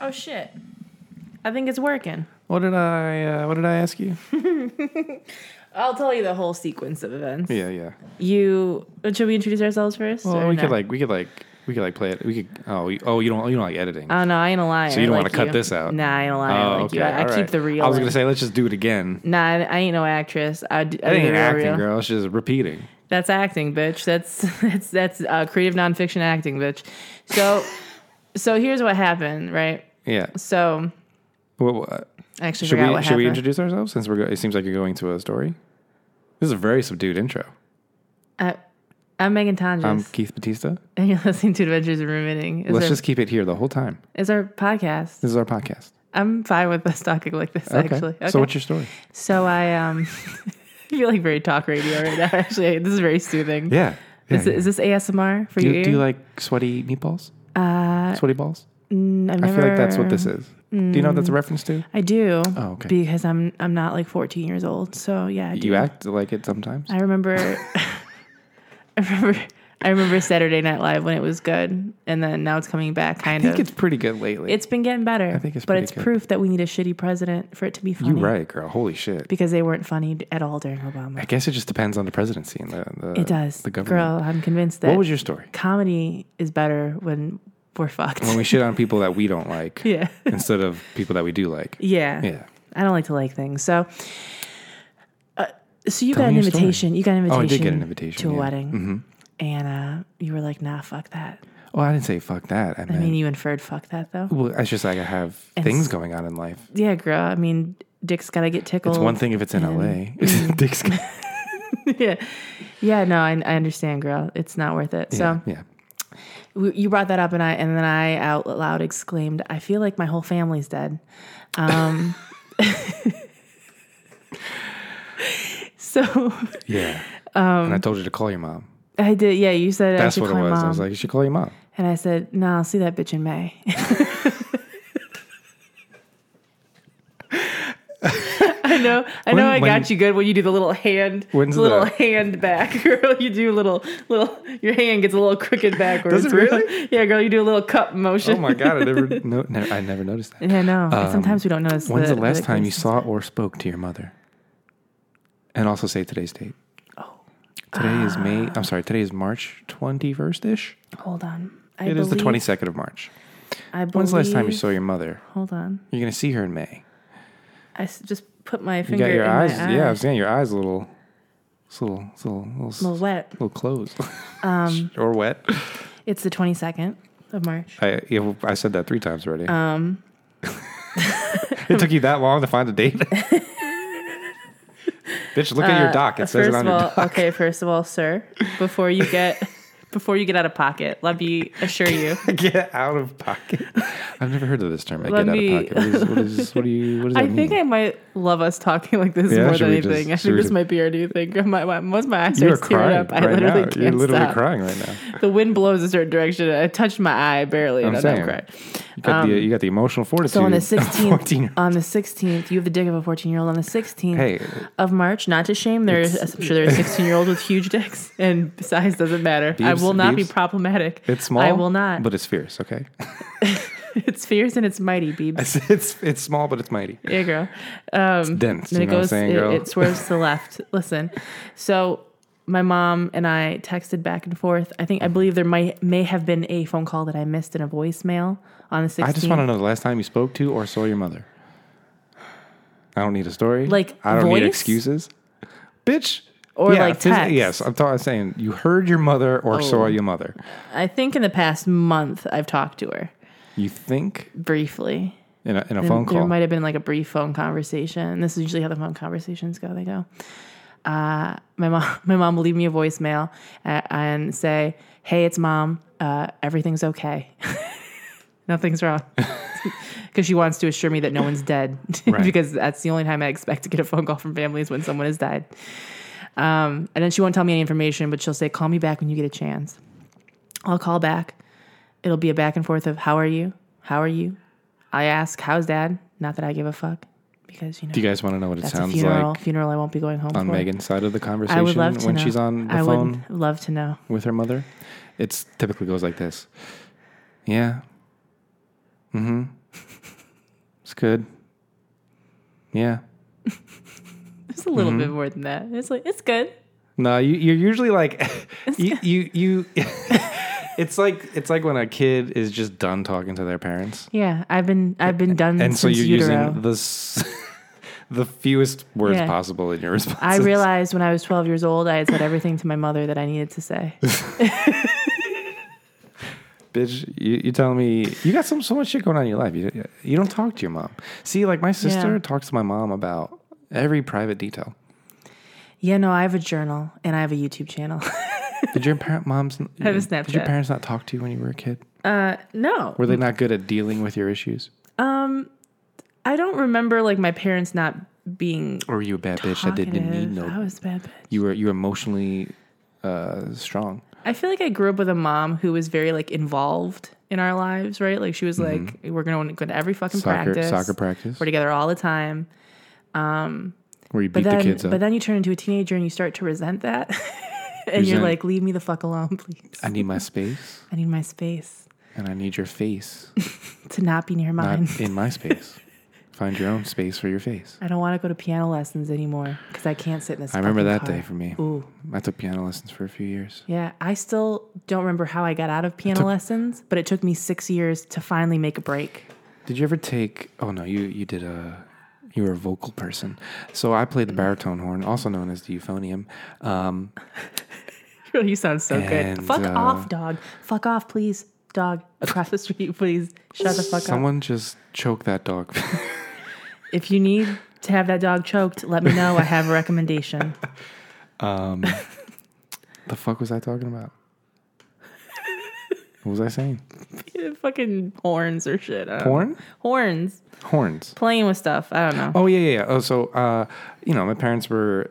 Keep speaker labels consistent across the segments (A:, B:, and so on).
A: Oh shit. I think it's working.
B: What did I? Uh, what did I ask you?
A: I'll tell you the whole sequence of events.
B: Yeah, yeah.
A: You should we introduce ourselves first?
B: Well,
A: or
B: we
A: no?
B: could like, we could like, we could like play it. We could. Oh, you, oh, you don't, you don't like editing.
A: Oh no, I ain't a lion.
B: So you don't
A: I
B: wanna
A: like
B: cut
A: you.
B: this out?
A: Nah, I ain't a lion. I
B: oh,
A: like you. I, I
B: all
A: keep
B: right.
A: the real.
B: I was
A: end.
B: gonna say, let's just do it again.
A: Nah, I, I ain't no actress. I, d- I
B: That
A: do
B: ain't
A: the real
B: acting,
A: real.
B: girl. It's just repeating.
A: That's acting, bitch. That's that's that's uh, creative nonfiction acting, bitch. So, so here's what happened, right?
B: Yeah.
A: So
B: What, what,
A: I actually
B: should
A: forgot
B: we
A: what
B: should we
A: happened.
B: introduce ourselves since we're? Go- it seems like you're going to a story. This is a very subdued intro.
A: I, Uh, I'm Megan Tonjes,
B: I'm Keith Batista.
A: and you're listening to Adventures in Ruminating. It's,
B: Um, Let's
A: our,
B: just keep it here the whole time.
A: it's our podcast.
B: This is our podcast.
A: I'm fine with us talking like this, actually. Okay.
B: So what's your story?
A: So I um, I feel like very talk radio right now. Actually, this is very soothing.
B: Yeah.
A: Is, is this ASMR for
B: do,
A: your
B: you,
A: ear?
B: do you like sweaty meatballs? Uh, sweaty balls.
A: Mm, I've
B: I feel like that's what
A: never- mm,
B: this is. Do you know what that's a reference to?
A: I do.
B: Oh, okay.
A: Because I'm I'm not like 14 years old. So yeah, I do.
B: You act like it sometimes.
A: I remember. I remember. I remember Saturday Night Live when it was good, and then now it's coming back. Kind
B: I think
A: of.
B: it's pretty good lately.
A: it's been getting better. I
B: think it's
A: but
B: pretty
A: it's
B: good.
A: proof that we need a shitty president for it to be funny.
B: you right, girl. Holy shit.
A: Because they weren't funny at all during Obama.
B: I guess it just depends on the presidency and the, the
A: it does.
B: the government.
A: Girl, I'm convinced that
B: what was your story?
A: comedy is better when we're fucked.
B: When we shit on people that we don't like
A: yeah.
B: instead of people that we do like.
A: Yeah.
B: Yeah.
A: I don't like to like things. So, uh, so you got
B: me
A: an
B: your story.
A: invitation. You got an
B: Oh,
A: invitation.
B: I did get an invitation,
A: to a
B: yeah. Mm-hmm.
A: wedding, and uh, you were like, "Nah, fuck that."
B: Well, Oh, I didn't say fuck that. I
A: I
B: meant
A: mean, you inferred "fuck that" though.
B: well, it's just like I have things going on in life.
A: Yeah, girl. I mean, Dick's gotta get tickled.
B: It's one thing if it's in LA. Dick's
A: yeah, yeah. No, I, I understand, girl. It's not worth it. So
B: yeah.
A: w- you brought that up, and I and then I out loud exclaimed, "I feel like my whole family's dead." Um, so
B: Yeah. and I told you to call your mom.
A: I did. Yeah, you said
B: That's
A: um, I should
B: what it
A: call my
B: was. I
A: mom.
B: was like, you should call your mom.
A: And I said, No, I'll see that bitch in May. I know, I know,
B: When-
A: I
B: when-
A: got you good when you do the little hand,
B: When's
A: the little
B: the-
A: hand back, girl. You do a little, little. Your hand gets a little crooked backwards.
B: it
A: girl.
B: really?
A: Yeah, girl, you do a little cup motion.
B: Oh my god, I never no, never I never noticed that.
A: Yeah, no. and sometimes we don't notice.
B: Um, When's the, last
A: the
B: time you
A: cues.
B: saw or spoke to your mother? And also say today's date. Oh. Today is
A: Ah.
B: May. I'm sorry. Today is March 21st ish.
A: Hold on. I
B: It is the
A: believe-
B: 22nd of March.
A: I believe,
B: When's the last time you saw your mother?
A: Hold on.
B: You're gonna see her in May.
A: I s- just put my
B: You
A: finger
B: got your
A: in
B: eyes.
A: my eye.
B: Yeah, I'm saying your eyes a little, it's a little, it's a little, little, s-
A: A little Um. wet.
B: little closed or wet.
A: It's the twenty second of March.
B: I yeah, well, I said that three times already. Um, it took you that long to find a date. Bitch, look at your doc. It says it
A: uh, first
B: on
A: of
B: your
A: all,
B: doc.
A: okay. First of all, sir, before you get before you get out of pocket, let me assure you.
B: Get out of pocket. I've never heard of this term. I
A: Let
B: get out
A: me-
B: of pocket. What is, what is what do you what does
A: I
B: that
A: think
B: mean?
A: I might love us talking like this
B: Yeah,
A: more
B: should
A: than
B: we just-
A: anything. I
B: should
A: think
B: we
A: this
B: just-
A: might be our new thing. My, my, once my eyes
B: you are
A: start tearing
B: crying
A: up, I
B: right
A: literally
B: now.
A: can't
B: You're literally
A: stop.
B: crying right now.
A: The wind blows a certain direction. and I touched my eye barely, and I'm
B: I'm
A: not
B: saying.
A: crying.
B: You got, the, you got the emotional fortitude.
A: Um, So on the
B: of 14
A: sixteenth,
B: -year-old.
A: on the sixteenth, you have the dick of a fourteen-year-old. On the sixteenth
B: Hey.
A: of March, not to shame, there's I'm sure there's sixteen-year-olds with huge dicks, and size doesn't matter. I
B: Beeves-
A: will not
B: Beeves?
A: be problematic.
B: It's small.
A: I will not.
B: But it's fierce, okay?
A: It's fierce and it's mighty, Beebs.
B: It's it's, it's small, but it's mighty.
A: Yeah, girl. Um,
B: Dense.
A: then
B: You
A: it
B: know what I'm
A: goes.
B: saying,
A: it,
B: girl?
A: it swerves to the left. Listen, so my mom and I texted back and forth. I think I believe there might may have been a phone call that I missed in a voicemail on the 16th.
B: I just want to know the last time you spoke to or saw your mother. I don't need a story.
A: Like,
B: I don't need
A: voice?
B: excuses, bitch.
A: Or, like,
B: phys-
A: text. Oh.
B: Yes, I'm talking. Saying you heard your mother or saw your mother.
A: I think in the past month I've talked to her
B: You think
A: briefly.
B: in a, in a
A: There-
B: phone
A: there
B: call.
A: might have been like a brief phone conversation. And this is usually how the phone conversations go. They go, uh, my mom, my mom will leave me a voicemail uh, and say, "Hey, it's mom. Uh, everything's okay. Nothing's wrong." Because she wants to assure me that no one's dead.
B: Right.
A: because that's the only time I expect to get a phone call from families when someone has died. Um, and then she won't tell me any information, but she'll say, "Call me back when you get a chance." I'll call back. It'll be a back and forth of how are you? How are you? I ask, how's dad? Not that I give a fuck because, you know,
B: Do you guys want to know what it
A: that's a
B: sounds
A: funeral.
B: like
A: funeral I won't be going home
B: on
A: for.
B: Megan's side of the conversation
A: I would love to
B: when
A: know.
B: she's on the
A: I
B: phone
A: would love to know.
B: with her mother? It's typically goes like this. Yeah. Mm-hmm. It's good. Yeah.
A: It's a little
B: Mm-hmm.
A: bit more than that. It's like it's good.
B: No, you, you're usually like, you, you, you it's like it's like when a kid is just done talking to their parents,
A: Yeah, I've been I've been done
B: and
A: since
B: so you're
A: utero.
B: using the s- the fewest words
A: Yeah.
B: possible in your response.
A: I realized when I was 12 years old, I had said everything to my mother that I needed to say.
B: bitch, you, you telling me you got some so much shit going on in your life. You you don't talk to your mom. See, like my sister
A: Yeah.
B: talks to my mom about every private detail.
A: yeah, no, I have a journal and I have a YouTube channel.
B: Did your parent moms? I
A: have a
B: Did your
A: Snapchat.
B: parents not talk to you when you were a kid?
A: Uh, no,
B: Were they not good at dealing with your issues?
A: I don't remember like my parents not being
B: Or were you a bad bitch that
A: talkative.
B: didn't need no?
A: I was a bad bitch.
B: you were you were emotionally uh, strong.
A: I feel like I grew up with a mom who was very like involved in our lives, right? Like she was like, we're gonna go to every fucking
B: Mm-hmm. Soccer
A: practice.
B: soccer practice
A: We're together all the time. Um,
B: where you
A: But
B: beat
A: then,
B: the kids up.
A: but then you turn into a teenager and you start to resent that, and you're
B: Resent-
A: like, leave me the fuck alone, please.
B: I need my space
A: I need my space
B: and I need your face
A: to not be near
B: not
A: mine.
B: in my space. Find your own space for your face.
A: I don't want to go to piano lessons anymore because I can't sit in this.
B: I remember
A: fucking
B: that
A: car.
B: day for me.
A: Ooh,
B: I took piano lessons for a few years.
A: yeah. I still don't remember how I got out of piano lessons, but it took me six years to finally make a break.
B: Did you ever take? Oh no, you you did a. You were a vocal person, so I played the baritone horn, also known as the euphonium. Um,
A: you sound so
B: And,
A: good. Fuck
B: uh,
A: off, dog. Fuck off, please, dog. Across the street, please. Shut the fuck up.
B: someone just choke that dog.
A: If you need to have that dog choked, let me know. I have a recommendation.
B: um, the fuck was I talking about? What was I saying?
A: Yeah, fucking horns or shit. I don't know.
B: Horn?
A: Horns.
B: Horns.
A: Playing with stuff. I don't know.
B: Oh yeah, yeah, yeah. Oh, so uh, you know, my parents were,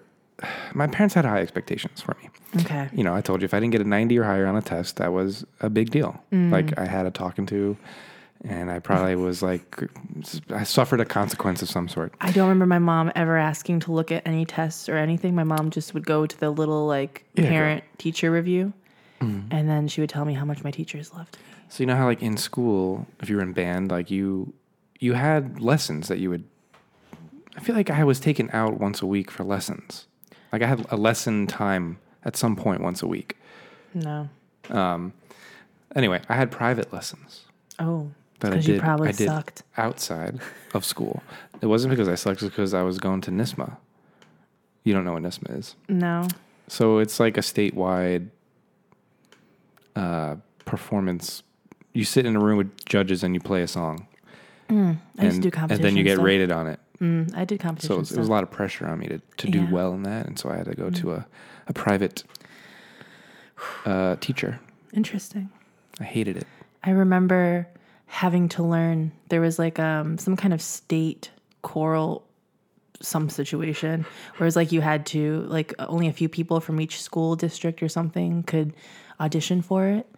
B: my parents had high expectations for me.
A: Okay.
B: You know, I told you if I didn't get a ninety or higher on a test, that was a big deal. Like I had a talking to, and I probably was like, I suffered a consequence of some sort.
A: I don't remember my mom ever asking to look at any tests or anything. My mom just would go to the little like
B: Yeah. Mm.
A: parent teacher review, and then she would tell me how much my teachers loved. me.
B: So you know how like in school, if you were in band, like you, you had lessons that you would. I feel like I was taken out once a week for lessons. Like I had a lesson time at some point once a week. Um,
A: No.
B: Anyway, I had private lessons.
A: Oh.
B: that I
A: Because
B: did,
A: you probably
B: I did
A: sucked.
B: outside of school. It wasn't because I sucked, it was because I was going to NISMA. You don't know what NISMA is.
A: No.
B: So it's like a statewide uh, performance. You sit in a room with judges and you play a song.
A: I used
B: and,
A: to do competition.
B: And then you get
A: stuff.
B: rated on it.
A: Mm, I did competition.
B: So it was, it
A: stuff.
B: was a lot of pressure on me to, to do
A: Yeah. Mm.
B: well in that. And so I had to go to a, a private uh, teacher.
A: Interesting.
B: I hated it.
A: I remember having to learn there was like um, some kind of state choral some situation where it's like you had to like only a few people from each school district or something could audition for it.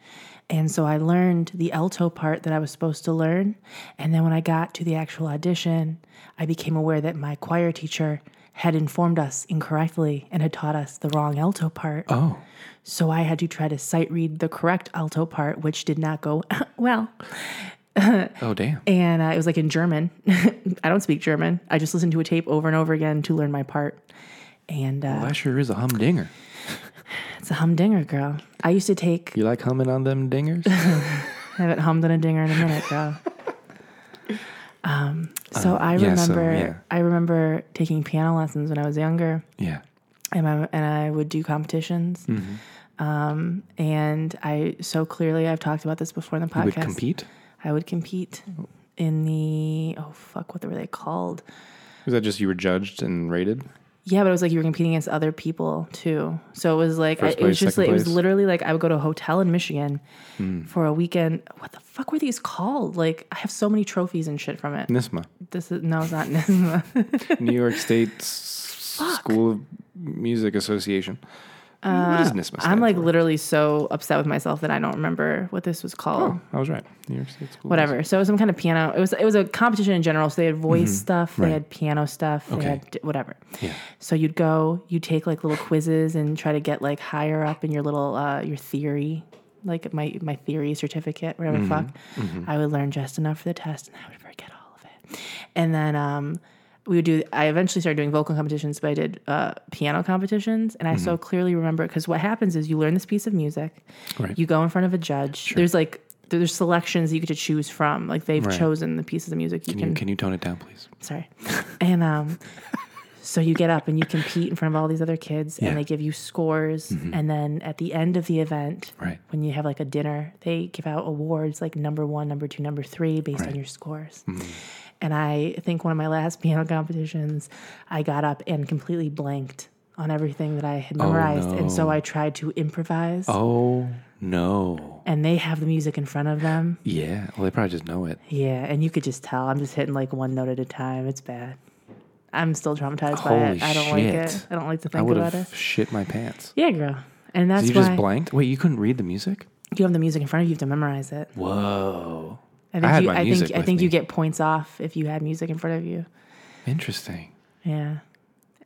A: And so I learned the alto part that I was supposed to learn. And then when I got to the actual audition, I became aware that my choir teacher had informed us incorrectly and had taught us the wrong alto part.
B: Oh.
A: So I had to try to sight read the correct alto part, which did not go well.
B: Oh, damn.
A: And uh, it was like in German. I don't speak German. I just listened to a tape over and over again to learn my part. And uh,
B: That sure is a humdinger.
A: it's a humdinger, girl. I used to take,
B: You like humming on them dingers?
A: I haven't hummed on a dinger in a minute, girl. um, so I
B: Uh, yeah, so,
A: remember,
B: yeah.
A: I remember taking piano lessons when I was younger.
B: yeah.
A: and I, and I would do competitions.
B: Mm-hmm.
A: Um, and I so clearly I've talked about this before in the podcast.
B: You would compete?
A: I would compete in the oh fuck what were they called?
B: Was that just you were judged and rated?
A: Yeah, but it was like you were competing against other people too. So it was like I,
B: First
A: it was
B: place,
A: just
B: second
A: like, it was
B: place? Hmm.
A: literally like I would go to a hotel in Michigan for a weekend. What the fuck were these called? Like I have so many trophies and shit from it.
B: NISMA,
A: This is no, it's not NISMA.
B: New York State S- School of Music Association. what is NISMA?
A: Uh, I'm
B: stand
A: like
B: for?
A: literally so upset with myself that I don't remember what this was called.
B: oh, I was right. New York State School. of
A: whatever. So it was some kind of piano. It was it was a competition in general. So they had voice stuff, they
B: Mm-hmm. right.
A: had piano stuff,
B: Okay.
A: they had d- whatever.
B: Yeah.
A: So you'd go, you take like little quizzes and try to get like higher up in your little uh, your theory,
B: Mm-hmm.
A: like my my theory certificate, whatever the fuck. I would learn just enough for the test, and I would forget and then um, we would do. I eventually started doing vocal competitions, but I did uh, piano competitions, and I
B: Mm-hmm.
A: so clearly remember because what happens is you learn this piece of music,
B: Right.
A: you go in front of a judge. There's like there's selections you get to choose from. Like they've
B: Right.
A: chosen the pieces of music you
B: can,
A: can
B: you, can you tone it down, please?
A: sorry. And um, so you get up and you compete in front of all these other kids,
B: Yeah. Mm-hmm.
A: and they give you scores. And then at the end of the event,
B: Right.
A: when you have like a dinner, they give out awards like number one, number two, number three based on
B: Right. Mm-hmm.
A: your scores. And I think one of my last piano competitions, I got up and completely blanked on everything that I had memorized. And so
B: Oh, no.
A: I tried to improvise.
B: Oh no.
A: And they have the music in front of them.
B: Yeah. Well, they probably just know it.
A: Yeah, and you could just tell. I'm just hitting like one note at a time. It's bad. I'm still traumatized by
B: Holy
A: it. I don't like it.
B: shit.
A: I don't like to
B: I
A: think
B: would
A: about it.
B: have shit my pants.
A: Yeah, girl. And that's
B: you
A: why
B: just blanked. Wait, you couldn't read the music?
A: you have the music in front of you. You have to memorize it.
B: Whoa.
A: I think
B: had
A: you,
B: my
A: I
B: music
A: think I
B: with
A: think you
B: me.
A: get points off if you had music in front of you.
B: Interesting.
A: Yeah.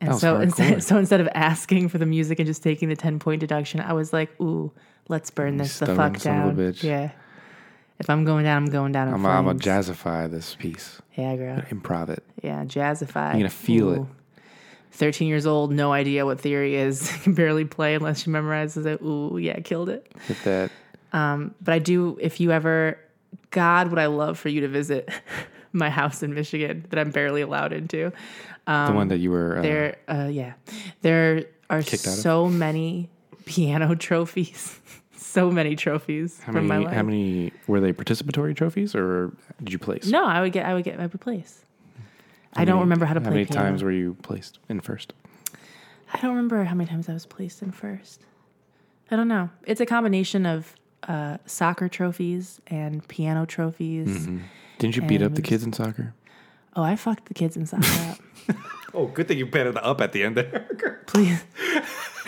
B: That
A: And
B: was
A: so instead,
B: hardcore.
A: so instead of asking for the music and just taking the ten point deduction, I was like, "Ooh, let's burn this the
B: stubborn
A: fuck
B: son
A: down."
B: of a bitch.
A: Yeah. If I'm going down, I'm going down. In
B: I'm, I'm gonna
A: flames.
B: jazzify this piece.
A: Yeah, girl.
B: Improv it.
A: Yeah, jazzified.
B: You're gonna feel it.
A: 13 years old, no idea what theory is, can barely play unless she memorizes it. Ooh, yeah, killed it.
B: Hit that.
A: But I do, if you ever, God, would I love for you to visit my house in Michigan that I'm barely allowed into. Um,
B: the one that you were. Uh,
A: There, uh, yeah, there are
B: Kicked out of?
A: so many piano trophies, so many trophies
B: how
A: from my
B: many?
A: life.
B: How many were they? Participatory trophies, or did you place?
A: no, I would get, I would get, I would place. I don't remember how to
B: How
A: play
B: many
A: piano.
B: times were you placed in first?
A: I don't remember how many times I was placed in first. I don't know. It's a combination of uh, soccer trophies and piano trophies.
B: Mm-hmm. Didn't you beat up the
A: And-
B: kids in soccer?
A: Oh, I fucked the kids in soccer up.
B: Oh, good thing you padded up at the end there.
A: Please.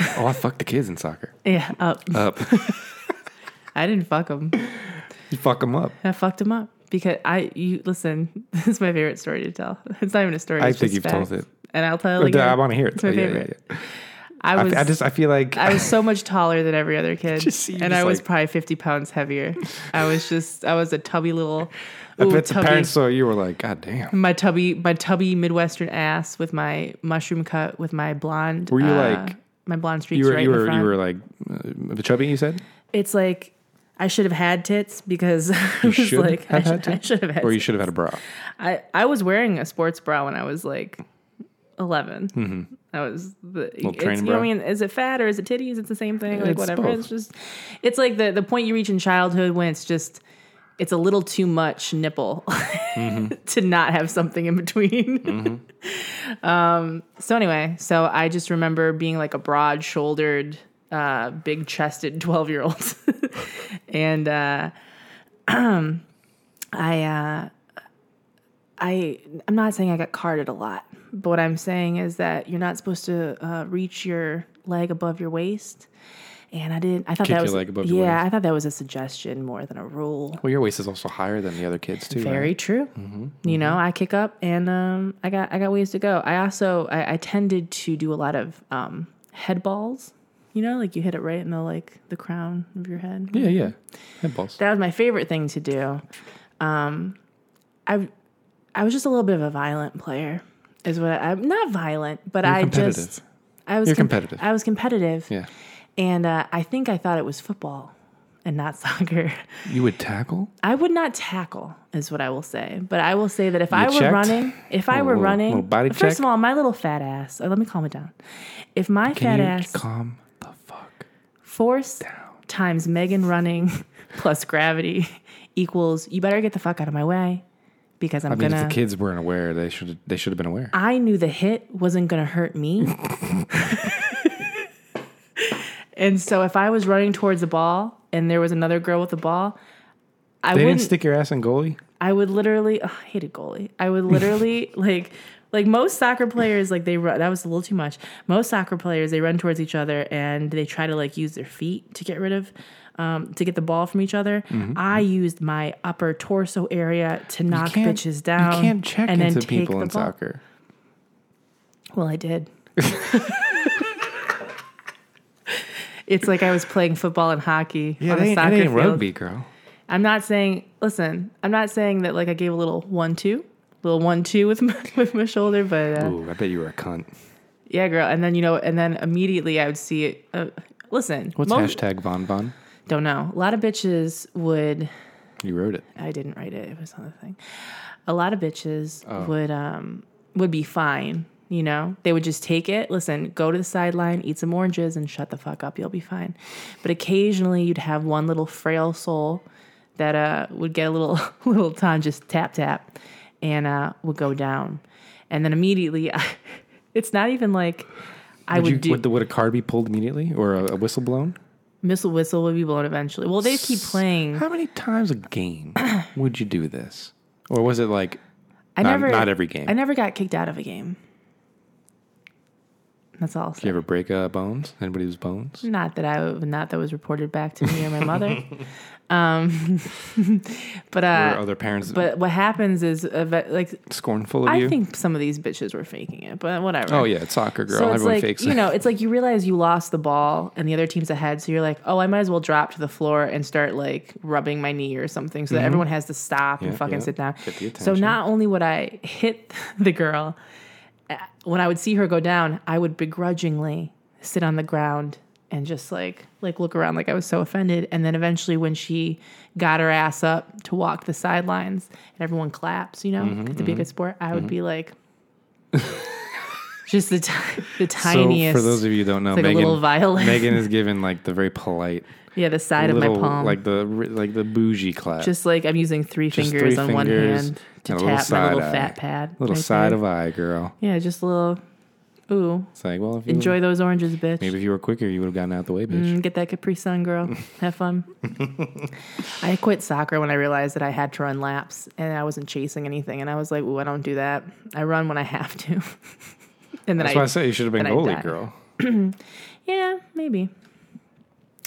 B: oh, I fucked the kids in soccer.
A: Yeah, up.
B: Up.
A: I didn't fuck them.
B: you fuck them up.
A: I fucked them up because I, you, listen, this is my favorite story to tell. It's not even a story.
B: I
A: it's
B: think
A: just
B: you've told
A: facts.
B: it.
A: And I'll tell
B: Oh,
A: it again.
B: I want to hear it.
A: It's my
B: Oh, yeah, yeah,
A: favorite.
B: yeah.
A: I
B: I,
A: was,
B: f- I just I feel like
A: I was so much taller than every other kid,
B: Just see you
A: and
B: just
A: I was
B: like-
A: probably fifty pounds heavier. I was just, I was a tubby little.
B: I
A: ooh,
B: bet the
A: tubby-
B: parents saw you were like, God damn.
A: my tubby my tubby midwestern ass with my mushroom cut with my blonde
B: Were you
A: uh,
B: like-
A: my blonde streaks
B: You were
A: right
B: you
A: in
B: were
A: the front.
B: you were like uh, chubby. You said,
A: it's like I should have had tits because I was
B: should
A: like
B: have
A: I,
B: had
A: should, I
B: tits?
A: should have had
B: or you
A: tits.
B: should have had a bra.
A: I I was wearing a sports bra when I was like 11 Mm-hmm. I was the it's,
B: train
A: you know what
B: bra.
A: I mean is it fat or is it titties? It's the same thing. Like
B: It's
A: whatever.
B: both.
A: It's just it's like the the point you reach in childhood when it's just it's a little too much nipple
B: Mm-hmm.
A: to not have something in between. um, so anyway, so I just remember being like a broad-shouldered, uh, big-chested twelve-year-old, and uh, I, uh, I, I'm not saying I got carded a lot, but what I'm saying is that you're not supposed to uh, reach your leg above your waist. And I didn't. I thought
B: Kick
A: that
B: your
A: was
B: leg above
A: yeah.
B: your waist.
A: I thought that was a suggestion more than a rule.
B: Well, your waist is also higher than the other kids too.
A: Very
B: right? Mm-hmm.
A: true. You know, I kick up and um, I got I got ways to go. I also I, I tended to do a lot of um, head balls. You know, like you hit it right in the like the crown of your head.
B: Yeah, yeah. Head balls.
A: That was my favorite thing to do. Um, I I was just a little bit of a violent player, is what I, I'm not violent, but
B: You're
A: I
B: competitive.
A: just I was
B: You're
A: com-
B: competitive.
A: I was competitive,
B: yeah.
A: and uh, I think I thought it was football and not soccer.
B: You would tackle.
A: I would not tackle, is what I will say. But I will say that if I were
B: checked?
A: running, if I
B: Little-
A: were
B: little-
A: running,
B: little body
A: first
B: check?
A: of all, my little fat ass. oh, let me calm it down. If my fat
B: Can you
A: ass
B: calm the fuck?
A: force times Megan running plus gravity equals you better get the fuck out of my way because I'm
B: I mean,
A: gonna.
B: if the kids weren't aware, they should they should have been aware.
A: I knew the hit wasn't going to hurt me. and so if I was running towards the ball and there was another girl with the ball, I
B: They
A: wouldn't
B: didn't stick your ass in goalie.
A: I would literally ugh, I hated goalie. I would literally like like most soccer players like they run that was a little too much. Most soccer players they run towards each other and they try to like use their feet to get rid of um, to get the ball from each other.
B: Mm-hmm.
A: I used my upper torso area to knock
B: can't-
A: bitches down.
B: You can't check
A: and then
B: into
A: take
B: people
A: the
B: in
A: ball.
B: soccer.
A: Well, I did. it's like I was playing football and hockey
B: Yeah,
A: on
B: it
A: a
B: ain't,
A: soccer
B: it
A: field.
B: ain't rugby, girl.
A: I'm not saying, listen, I'm not saying that like I gave a little one two. little one-two with my, with my shoulder, but uh,
B: Ooh, I bet you were a cunt.
A: yeah, girl. And then you know, and then immediately I would see it. Uh, listen,
B: What's
A: mo-
B: hashtag Von Bon?
A: Don't know. A lot of bitches would.
B: You wrote it.
A: I didn't write it. It was on the thing. A lot of bitches
B: Oh.
A: would um would be fine. You know, they would just take it. Listen, go to the sideline, eat some oranges, and shut the fuck up. You'll be fine. But occasionally, you'd have one little frail soul that uh would get a little little time just tap tap, and uh would go down, and then immediately, I, it's not even like I
B: Would,
A: would,
B: you,
A: do
B: would, the, would a car be pulled immediately or a, a whistle blown?
A: missile whistle would be blown eventually. Well, they keep playing.
B: How many times a game would you do this? Or was it like
A: I
B: not,
A: never
B: not every game?
A: I never got kicked out of a game. That's all. I'll
B: Did you
A: say.
B: ever break uh, bones? Anybody who's bones?
A: Not that I not that was reported back to me or my mother. um, but
B: or
A: uh,
B: other parents
A: but what happens is eve- like
B: scornful of
A: I
B: you?
A: think some of these bitches were faking it, but whatever.
B: oh, yeah, it's soccer girl.
A: So it's
B: Everyone
A: like
B: fakes
A: you
B: it.
A: know, it's like you realize you lost the ball and the other team's ahead, so you're like, oh, I might as well drop to the floor and start like rubbing my knee or something, so that everyone has to stop and
B: Mm-hmm. Yeah,
A: fucking
B: yeah.
A: sit down.
B: Get the
A: So
B: attention.
A: not only would I hit the girl, uh, when I would see her go down, I would begrudgingly sit on the ground and just like like look around like I was so offended. And then eventually, when she got her ass up to walk the sidelines and everyone claps, you know,
B: Mm-hmm,
A: to be a good sport, I would be like. Just the, t- the tiniest.
B: So for those of you who don't know,
A: It's like a
B: Megan,
A: little violin.
B: Megan is given like the very polite,
A: yeah, the side
B: little,
A: of my palm.
B: like the like the bougie clap,
A: just like I'm using three
B: Just
A: fingers
B: three
A: on one
B: fingers
A: hand to
B: and a little
A: tap my little
B: side eye.
A: fat pad.
B: little
A: right
B: side
A: there.
B: of eye, girl.
A: Yeah, just a little. Ooh,
B: It's like, well, if you
A: enjoy those oranges, bitch.
B: maybe if you were quicker, you would have gotten out the way, bitch.
A: Mm, get that Capri Sun, girl. Have fun. I quit soccer when I realized that I had to run laps and I wasn't chasing anything. And I was like, ooh, I don't do that. I run when I have to. and then
B: That's
A: I,
B: why I say you should have been
A: then I
B: goalie,
A: die.
B: girl.
A: Yeah, maybe.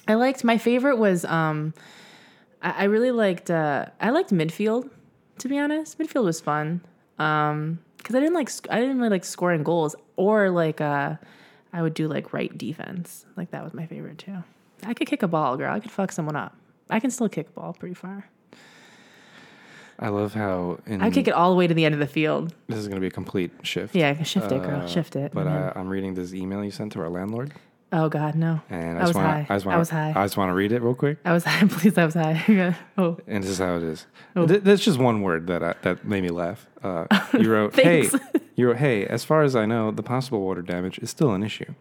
A: I liked my favorite was um I, I really liked uh I liked midfield, to be honest. Midfield was fun. Um because I didn't like sc- I didn't really like scoring goals or like uh I would do like right defense. Like that was my favorite too. I could kick a ball, girl. I could fuck someone up. I can still kick a ball pretty far.
B: I love how in,
A: I kick it all the way to the end of the field.
B: this is going to be a complete shift.
A: Yeah, I can shift it, girl.
B: Uh,
A: Shift it. Mm-hmm.
B: But
A: And then-
B: I, I'm reading this email you sent to our landlord,
A: oh God, no.
B: and
A: I
B: I, just
A: was
B: wanna,
A: high.
B: I just
A: I
B: want
A: was high.
B: I just want to read it real quick.
A: I was high. Please, I was high. oh,
B: And this is how it is.
A: Oh.
B: Th- that's just one word that I, that made me laugh. Uh, you wrote, "Hey, you wrote, hey." As far as I know, the possible water damage is still an issue.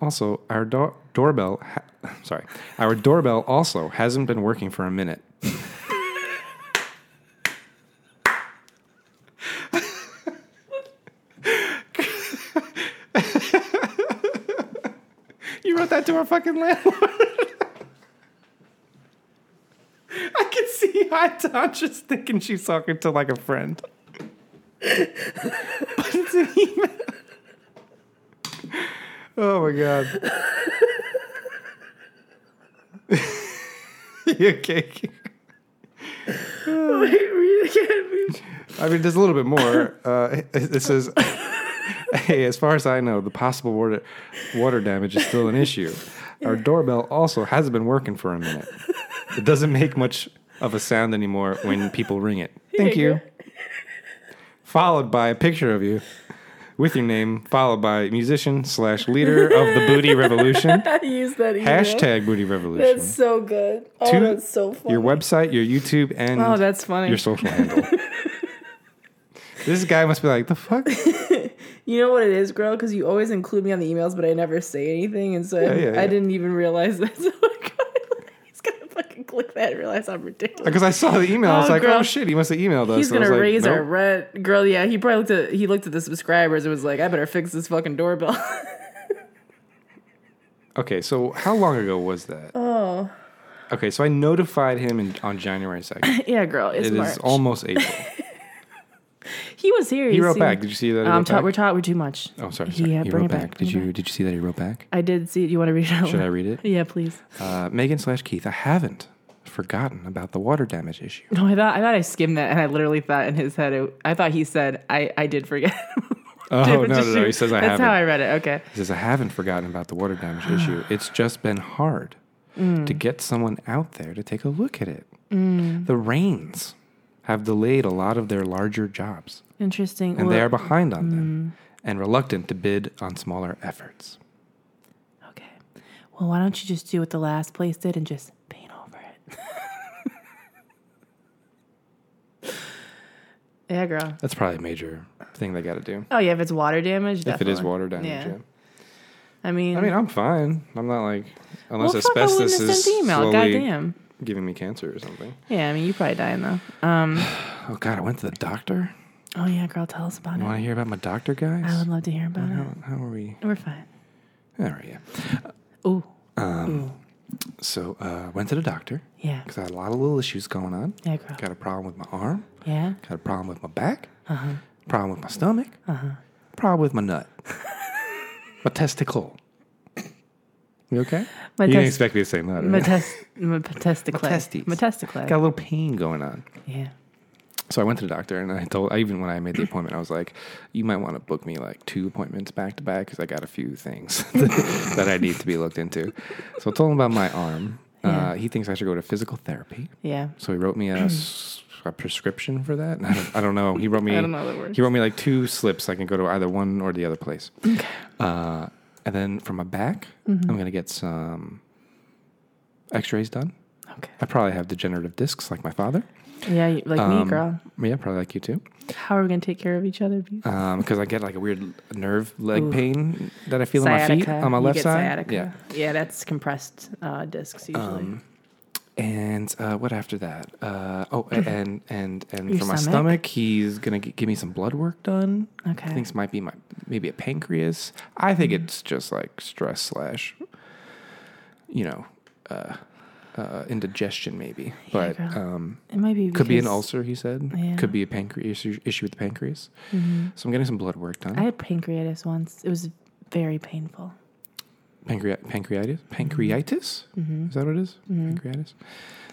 B: Also, our do- doorbell, ha- sorry, our doorbell also hasn't been working for a minute. you wrote that to our fucking landlord. I can see High Todd just thinking she's talking to like a friend. but it's an email. Oh my god. you okay? I mean, there's a little bit more. Uh, it it says, "Hey, as far as I know, the possible water water damage is still an issue. Our doorbell also hasn't been working for a minute. It doesn't make much of a sound anymore when people ring it. Thank you." Followed by a picture of you with your name, followed by musician slash leader of the Booty Revolution.
A: use that email.
B: Hashtag Booty Revolution.
A: so good. Oh,
B: Two- that's
A: so funny.
B: your website, your YouTube, and
A: Oh, that's funny.
B: your social handle. this guy must be like, the fuck?
A: you know what it is, girl? Because you always include me on the emails, but I never say anything, and so I,
B: Yeah, yeah,
A: I
B: yeah.
A: didn't even realize that. So I got- he's gonna fucking click that and realize I'm ridiculous.
B: Because I saw the email. I was
A: Oh,
B: like, oh
A: girl.
B: shit, he must have emailed us.
A: He's
B: And I
A: gonna
B: was like,
A: raise our
B: nope.
A: rent, girl. Yeah, he probably looked at he looked at the subscribers and was like, "I better fix this fucking doorbell."
B: Okay, so how long ago was that?
A: oh,
B: Okay, so I notified him in, on January 2nd.
A: yeah, girl. It's
B: It
A: March.
B: is almost April.
A: he was here.
B: He
A: you
B: wrote
A: see.
B: back. Did you see that? He
A: Um,
B: wrote
A: ta-
B: back?
A: we're taught we're too much.
B: oh, sorry.
A: He,
B: sorry.
A: uh,
B: he
A: bring
B: wrote
A: it back,
B: back.
A: bring
B: Did
A: it Oh.
B: you did you see that he wrote back?
A: I did see. You want to read it? out
B: Should I
A: loud?
B: read it?
A: Yeah, please.
B: Uh, Megan slash Keith, I haven't forgotten about the water damage issue.
A: No, I thought I thought I skimmed that, and I literally thought in his head, it, I thought he said, "I I did forget."
B: Oh no,
A: Different
B: no,
A: issue.
B: no! He says I
A: That's
B: haven't.
A: how I read it. Okay.
B: He says, I haven't forgotten about the water damage issue. It's just been hard
A: Mm.
B: to get someone out there to take a look at it. The rains have delayed a lot of their larger jobs.
A: Interesting.
B: and
A: Well,
B: they
A: mm.
B: are behind on them and reluctant to bid on smaller efforts.
A: Okay. Well, why don't you just do what the last place did and just paint over it? yeah, girl.
B: That's probably a major thing they got to do.
A: Oh yeah, if it's water damage, definitely.
B: If it is water damage,
A: Yeah.
B: yeah.
A: I mean,
B: I mean, I'm fine. I'm not like unless
A: well, fuck, I wouldn't
B: asbestos
A: have
B: is
A: sent the email.
B: slowly
A: Goddamn.
B: giving me cancer or something.
A: Yeah, I mean, you probably dying though. Um.
B: Oh God, I went to the doctor.
A: Oh yeah, girl, tell us about
B: You want
A: it.
B: to hear about my doctor, guys?
A: I would love to hear about
B: how, how are we?
A: it. We're fine.
B: All right, yeah.
A: Ooh.
B: So uh, went to the doctor
A: Yeah.
B: because I had a lot of little issues going on.
A: Yeah, girl.
B: Got a problem with my arm.
A: Yeah.
B: Got a problem with my back.
A: Uh-huh.
B: Problem with my stomach. Problem with my nut. my testicle. You okay?
A: My
B: you
A: test-
B: didn't expect me to say nut, right?
A: My test. My testicle.
B: testes.
A: My testicle.
B: Got a little pain going on.
A: Yeah.
B: So I went to the doctor and I told, I even when I made the appointment, I was like, you might want to book me like two appointments back to back because I got a few things that I need to be looked into. So I told him about my arm.
A: Yeah.
B: Uh, he thinks I should go to physical therapy.
A: Yeah.
B: So he wrote me a, s- a prescription for that. And I don't, I don't know. He wrote me.
A: I don't know the words.
B: He wrote me like two slips. I can go to either one or the other place. Uh, and then for my back,
A: Mm-hmm.
B: I'm gonna get some X-rays done.
A: Okay.
B: I probably have degenerative discs like my father.
A: Yeah, you- like me,
B: Um,
A: girl.
B: Yeah, probably like you too.
A: How are we gonna take care of each other? Be-
B: Because I get like a weird nerve leg
A: Ooh.
B: pain that I feel in my feet on my
A: You
B: left
A: get
B: side.
A: Sciatica.
B: Yeah. Um,
A: yeah, that's compressed uh, discs usually.
B: And uh, what after that? Uh, oh, a- and and and
A: Your
B: for my
A: stomach?
B: stomach, he's gonna g- give me some blood work done.
A: Okay. Mm-hmm.
B: thinks might be my maybe a pancreas. I think it's just like stress slash, you know, uh, uh, indigestion maybe. But
A: girl.
B: um,
A: it might be
B: could be an
A: because
B: ulcer. He said
A: Yeah.
B: could be a pancreas issue, issue with the pancreas. So I'm getting some blood work done.
A: Mm-hmm. I had pancreatitis once. It was very painful.
B: Pancreat pancreatitis.
A: Mm-hmm.
B: Pancreatitis. Is that what it is? Pancreatitis.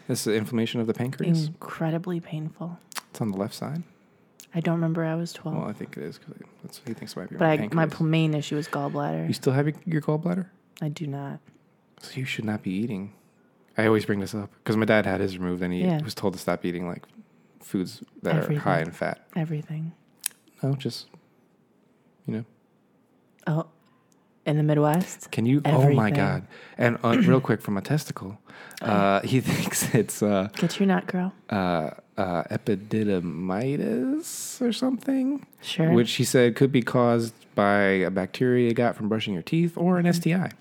B: That's the inflammation of the pancreas.
A: Mm. Incredibly painful.
B: It's on the left side.
A: I don't remember. I was twelve,
B: Well, I think it is because that's he thinks it might be
A: but
B: my
A: I, my
B: pancreas.
A: pl- main issue was
B: you
A: gallbladder.
B: still have your, your gallbladder,
A: I do not.
B: so you should not be eating. I always bring this up because my dad had his removed, and he
A: Yeah.
B: was told to stop eating like foods that
A: Everything.
B: are high in fat.
A: Everything.
B: No, just you know.
A: Oh, in the Midwest.
B: Can you? Oh my
A: Everything. Oh,
B: god! And uh, real quick from my testicle, uh, he thinks it's uh,
A: Get your nut, girl.
B: uh, uh, epididymitis or something.
A: Sure.
B: which he said could be caused by a bacteria you got from brushing your teeth or an STI.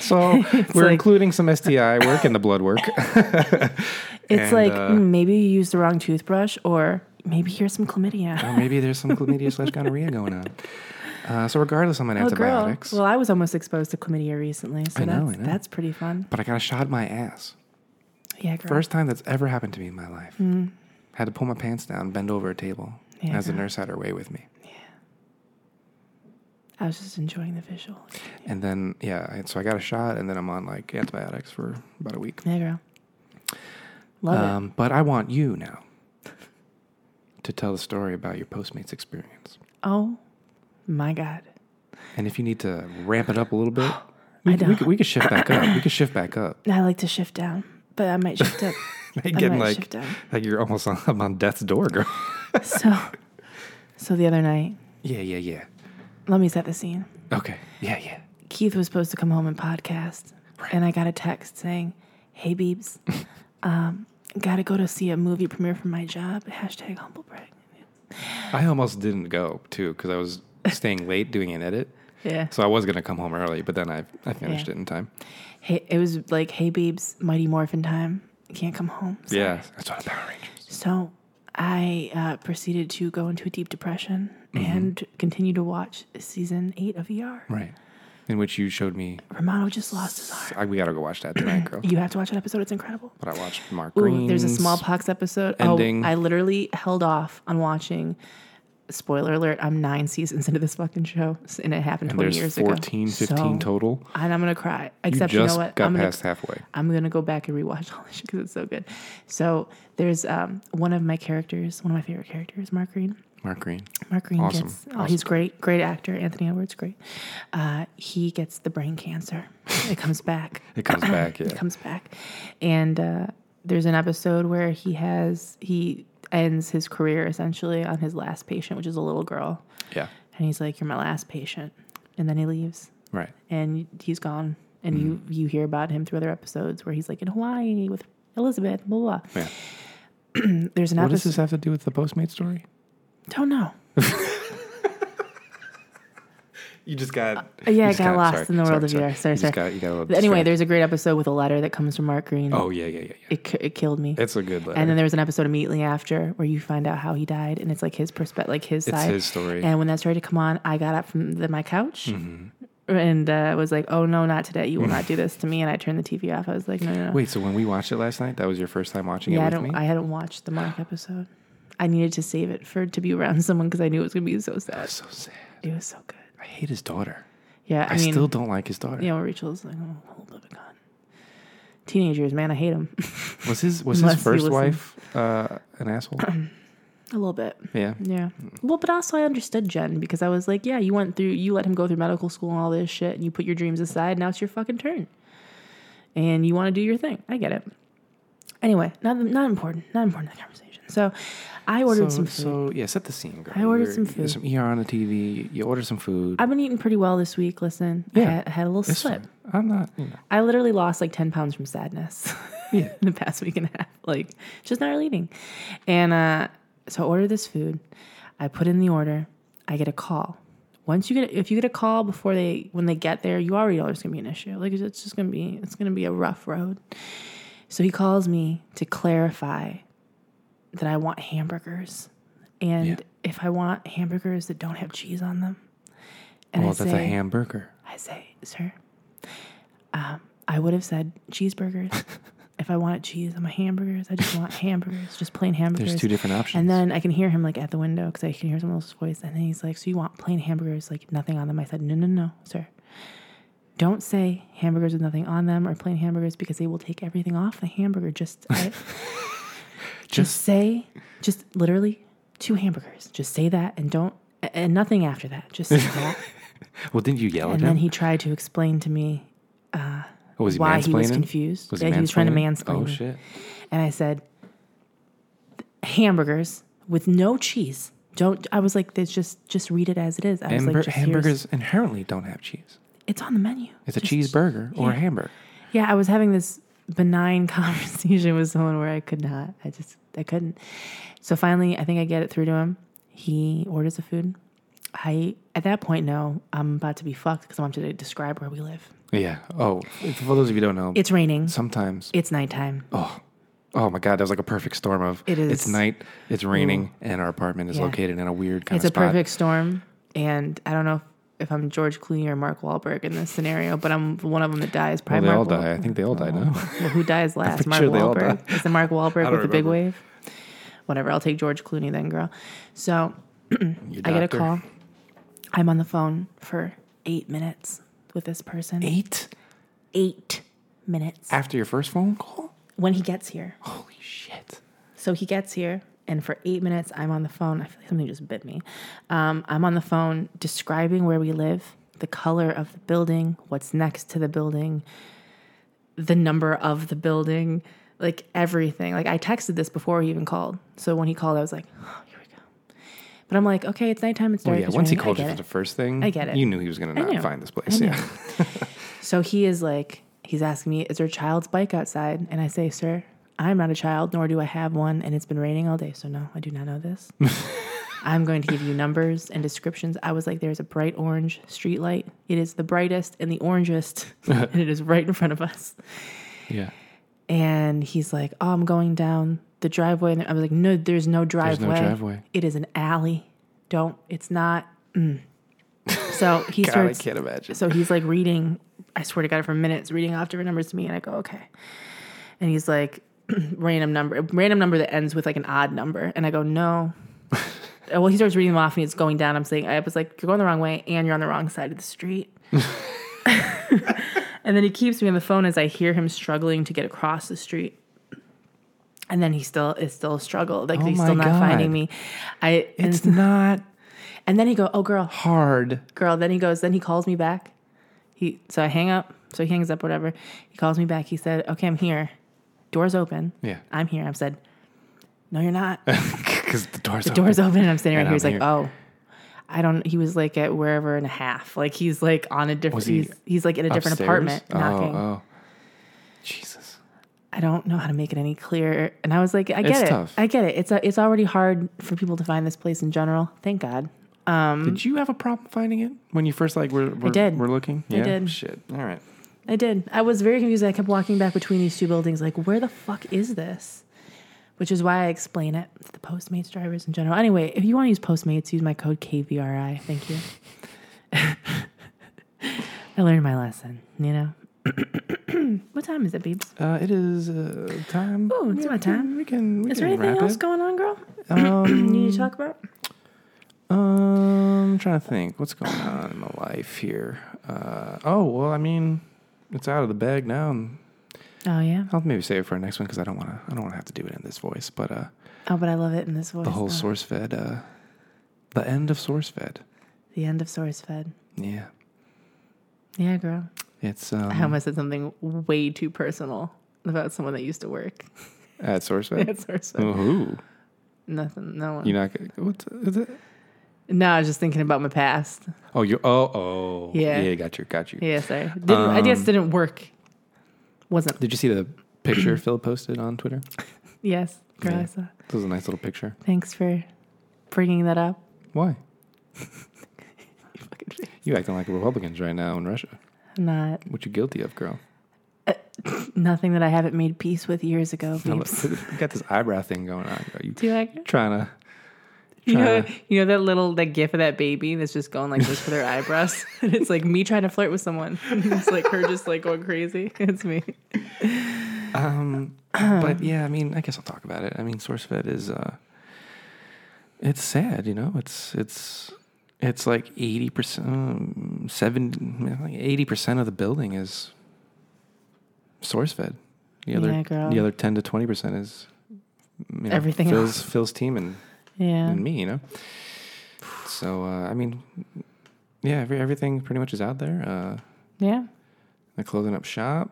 B: so we're
A: like-
B: including some STI work in the blood work.
A: it's
B: and,
A: like
B: uh,
A: mm, maybe you used the wrong toothbrush, or maybe here's some chlamydia.
B: or Uh, maybe there's some chlamydia slash gonorrhea going on. Uh, so regardless, I'm on
A: Oh, girl.
B: antibiotics.
A: Well, I was almost exposed to chlamydia recently, so
B: I know,
A: that's,
B: I know.
A: that's pretty fun.
B: but I got a shot in my ass.
A: Yeah, girl. Mm.
B: First time that's ever happened to me in my life. Had to pull my pants down, bend over a table
A: Yeah,
B: as the
A: girl.
B: nurse had her way with me.
A: I was just enjoying the visual.
B: And then, yeah, I- so I got a shot and then I'm on like antibiotics for about a week.
A: Yeah, girl. Love it.
B: Um, but I want you now to tell the story about your Postmates experience.
A: Oh my God.
B: And if you need to ramp it up a little bit,
A: I
B: we, c- we,
A: don't.
B: could, we could shift back up. We could shift back up.
A: I like to shift down, but I might shift up.
B: Like
A: I
B: Getting
A: might
B: like,
A: shift down.
B: like you're almost on, I'm on death's door, girl.
A: So, so the other night,
B: yeah, yeah, yeah.
A: let me set the scene.
B: Okay. Yeah, yeah.
A: Keith was supposed to come home and podcast, and I got a text saying, "Hey, Beebs, um, gotta go to see a movie premiere for my job." Hashtag humble brag.
B: I almost didn't go too because I was staying late doing an edit.
A: Yeah.
B: So I was going to come home early, but then I, I finished
A: Yeah.
B: it in time.
A: Hey, it was like, "Hey, Beebs, Mighty Morphin time. You can't come home." So-
B: Yeah. That's what a Power Rangers.
A: So I uh, proceeded to go into a deep depression and continue to watch season eight of ER.
B: Mm-hmm. Right. In which you showed me.
A: Romano just lost his arm.
B: I, we got to go watch that tonight, girl.
A: You have to watch that episode. It's incredible.
B: But I watched Mark Green.
A: Ooh, there's a smallpox episode.
B: ending.
A: Oh, I literally held off on watching. Spoiler alert, I'm nine seasons into this fucking show, and it happened
B: And
A: 20
B: there's
A: years
B: 14,
A: ago.
B: 15
A: So-
B: total.
A: And I'm going to cry. Except, you,
B: you just
A: know what?
B: got
A: I'm gonna-
B: past halfway.
A: I'm gonna go back and rewatch all this shit because it's so good. So there's um, one of my characters, one of my favorite characters, Mark Green.
B: Mark Green.
A: Mark Green
B: Awesome.
A: gets. Oh, he's great, great actor. Anthony Edwards, great. Uh, he gets the brain cancer. It comes back.
B: It comes back, yeah.
A: It comes back, and uh, there's an episode where he has he ends his career essentially on his last patient, which is a little girl,
B: Yeah.
A: and he's like, "You're my last patient," and then he leaves
B: Right.
A: and he's gone. And
B: Mm.
A: you you hear about him through other episodes where he's like in Hawaii with Elizabeth, blah blah. blah.
B: Yeah.
A: There's an
B: What does
A: episode.
B: this have to do with the Postmate story?
A: Don't know.
B: You just got.
A: Uh, yeah,
B: you
A: I
B: just
A: got lost in the world of yours. Sorry, sorry.
B: you Just got, you got a little
A: But anyway,
B: distracted.
A: there's a great episode with a letter that comes from Mark Green.
B: Oh yeah, yeah, yeah, yeah.
A: It, ki- it killed me.
B: It's a good letter.
A: and then there was an episode immediately after where you find out how he died, and it's like his perspective, like his
B: it's
A: side.
B: his story.
A: And when that started to come on, I got up from the, my couch
B: Mm-hmm.
A: and uh, was like, "Oh no, not today! You will not do this to me!" And I turned the TV off. I was like, "No, no, no.
B: Wait, so when we watched it last night, that was your first time watching
A: yeah, I
B: it with
A: don't.
B: me?
A: I hadn't watched the Mark episode. I needed to save it for to be around someone because I knew it was gonna be so sad.
B: so sad.
A: It was so good.
B: I hate his daughter.
A: Yeah, I,
B: I,
A: mean,
B: still don't like his daughter.
A: you know, Rachel's like, "Oh, hold up a gun." Teenagers, man, I hate them
B: Was his was
A: Unless
B: his
A: he
B: first
A: listens.
B: wife uh, an asshole?
A: a little bit.
B: yeah.
A: Yeah. Well, but also I understood Jen because I was like, yeah, you went through, you let him go through medical school and all this shit, and you put your dreams aside. Now it's your fucking turn, and you want to do your thing. I get it. Anyway, not not important, not important that conversation. So, I
B: So,
A: ordered some food.
B: so yeah, set the scene, girl.
A: I ordered
B: You're-
A: some
B: you- There's
A: food.
B: some ER on the TV. You order some food.
A: I've been eating pretty well this week. Listen, I,
B: Yeah.
A: had, I had a little
B: It's
A: slip.
B: fine. I'm not. You know.
A: I literally lost like ten pounds from sadness
B: Yeah.
A: in the past week and a half. Like just not really eating, and uh, so I ordered this food. I put in the order. I get a call. Once you get if you get a call before they when they get there, you already know there's gonna be an issue. Like it's just gonna be it's gonna be a rough road. So he calls me to clarify that I want hamburgers, and
B: Yeah.
A: if I want hamburgers that don't have cheese on them, and
B: Well,
A: I
B: Oh, that's
A: say,
B: a hamburger.
A: I say, sir, um, I would have said cheeseburgers. if I wanted cheese on my hamburgers, I just want hamburgers, just plain hamburgers.
B: There's two different options.
A: And then I can hear him like at the window because I can hear someone else's voice. And then he's like, So you want plain hamburgers, like nothing on them? I said, No, no, no, sir. Don't say hamburgers with nothing on them or plain hamburgers because they will take everything off the hamburger. Just, I- just
B: just
A: say, just literally two hamburgers. Just say that and don't, and nothing after that. Just say that.
B: well, didn't you yell at
A: and then
B: him?
A: he tried to explain to me
B: Oh, was he
A: why
B: mansplaining?
A: he was confused.
B: Was
A: yeah, he was trying to
B: mansplaining?
A: mansplain.
B: Oh
A: me.
B: shit!
A: And I said, hamburgers with no cheese. Don't. I was like, there's just just read it as it is. I was
B: Hamburg-
A: like, just here's-
B: hamburgers inherently don't have cheese.
A: It's on the menu.
B: It's a
A: Just-
B: cheeseburger or a hamburger.
A: Yeah, I was having this benign conversation with someone where I could not. I just I couldn't. So finally, I think I get it through to him. He orders the food. I at that point know I'm about to be fucked because I'm about to describe where we live.
B: Yeah. Oh, for those of you who don't know,
A: It's raining.
B: sometimes.
A: It's nighttime.
B: Oh, oh my God! That was like a perfect storm of.
A: It is.
B: It's night. It's raining, and our apartment is
A: Yeah.
B: located in a weird kind
A: It's
B: of
A: a
B: spot.
A: perfect storm, and I don't know if, if I'm George Clooney or Mark Wahlberg in this scenario, but I'm one of them that dies.
B: Well,
A: Probably
B: they all
A: Mark
B: die. I think they all die now.
A: Wahlberg. Well, who dies last? Mark
B: sure they all
A: Wahlberg. Is it Mark Wahlberg
B: don't
A: with the big
B: remember.
A: wave? Whatever. I'll take George Clooney then, girl. So
B: Your
A: I get a
B: doctor.
A: call. I'm on the phone for eight minutes with this person.
B: Eight
A: Eight minutes
B: after your first phone call.
A: when he gets here.
B: Holy shit!
A: So he gets here, and for eight minutes, I'm on the phone. I feel like something just bit me. Um, I'm on the phone describing where we live, the color of the building, what's next to the building, the number of the building, like everything. Like I texted this before he even called. So when he called, I was like, oh, here we go. But I'm like, okay, it's nighttime. It's dark.
B: Oh, yeah.
A: it's
B: Once he
A: raining, I
B: called you
A: get
B: for
A: it.
B: the first thing,
A: I get it.
B: You knew he was going to
A: knew.
B: not find this place. Yeah.
A: So he is like, he's asking me, is there a child's bike outside? And I say, sir, I'm not a child, nor do I have one. And it's been raining all day. So no, I do not know this. I'm going to give you numbers and descriptions. I was like, there's a bright orange street light. It is the brightest and the orangest, and it is right in front of us.
B: Yeah.
A: And he's like, oh, I'm going down the driveway. And I was like, no, there's no
B: There's
A: driveway.
B: no driveway.
A: It is an alley. Don't, it's not. mm." So he
B: God, I
A: starts
B: can't imagine.
A: so he's like reading, I swear to God, for minutes, reading off different numbers to me. And I go, okay. And he's like, random number, random number that ends with like an odd number. And I go, no. Uh, well, he starts reading them off and it's going down. I'm saying, I was like, you're going the wrong way and you're on the wrong side of the street. and then he keeps me on the phone as I hear him struggling to get across the street. And then he still is still a struggle. Like
B: Oh
A: he's
B: my
A: still not
B: God.
A: finding me. I and,
B: It's not
A: and then he go, oh girl,
B: hard.
A: girl. Then he goes, then he calls me back. He so I hang up. So he hangs up, whatever. He calls me back. He said, Okay, I'm here. doors open.
B: Yeah.
A: I'm here. I've said, no, you're not.
B: Because the door's
A: The door's
B: open.
A: open and I'm standing right
B: And
A: here. He's
B: I'm
A: like, oh, I don't. He was like at wherever and a half. Like he's like on a different.
B: he
A: he's, he's like in a different
B: Upstairs?
A: apartment knocking.
B: Oh, oh. Jesus.
A: I don't know how to make it any clearer. And I was like, I get
B: It's
A: it.
B: tough.
A: I get it. It's a, it's already hard for people to find this place in general. Thank God.
B: Did you have a problem finding it when you first like were? were
A: did.
B: We're looking.
A: I
B: yeah.
A: did.
B: Shit. All right.
A: I did. I was very confused. I kept walking back between these two buildings, like, where the fuck is this? Which is why I explain it to the Postmates drivers in general. Anyway, if you want to use Postmates, use my code KVRI. Thank you. I learned my lesson, you know? what time is it, Beebs?
B: Uh, it is uh, time.
A: Oh, it's
B: Yeah,
A: my time.
B: We can. We
A: Is there
B: can
A: anything
B: wrap
A: else
B: it.
A: going on, girl?
B: Um,
A: You need to talk about?
B: um, I'm trying to think. What's going on in my life here? Uh, oh well, I mean, it's out of the bag now. And
A: Oh, yeah.
B: I'll maybe save it for our next one because I don't want to. I don't want to have to do it in this voice. But uh,
A: Oh, but I love it in this voice. Oh,
B: the whole
A: though.
B: SourceFed. Uh, the end of SourceFed.
A: The end of SourceFed.
B: Yeah.
A: Yeah, girl.
B: It's um,
A: I almost said something way too personal about someone that used to work
B: at SourceFed.
A: at SourceFed.
B: Ooh,
A: Nothing. No one.
B: you're not. gonna- What's is it?
A: no, I was just thinking about my past.
B: Oh, you. Oh, oh.
A: Yeah.
B: Yeah, got you. Got you.
A: Yeah, sorry. Didn't, I guess
B: Um,
A: didn't work. Wasn't.
B: Did you see the picture Phil posted on Twitter?
A: Yes, girl,
B: Yeah.
A: I saw.
B: This was a nice little picture.
A: Thanks for bringing that up.
B: Why?
A: You fucking face.
B: You acting like Republicans right now in Russia.
A: Not
B: What you guilty of, girl?
A: nothing that I haven't made peace with years ago.
B: Now
A: babes.
B: look, look, you got this eyebrow thing going on. Girl. You
A: Do you like it?
B: trying to?
A: You know,
B: Tryna-
A: you know that little that gif of that baby that's just going like this with her eyebrows, and it's like me trying to flirt with someone. it's like her just like going crazy. It's me.
B: Um, but yeah, I mean, I guess I'll talk about it. I mean, SourceFed is uh, it's sad, you know. It's it's it's like eighty percent, mm, seven, like eighty percent of the building is SourceFed. The other
A: Yeah, girl.
B: the other ten to twenty percent is you know,
A: Everything
B: Phil's
A: else.
B: Phil's team and
A: Yeah.
B: and me, you know. So uh, I mean, yeah, every, everything pretty much is out there. Uh,
A: Yeah.
B: they're closing up shop.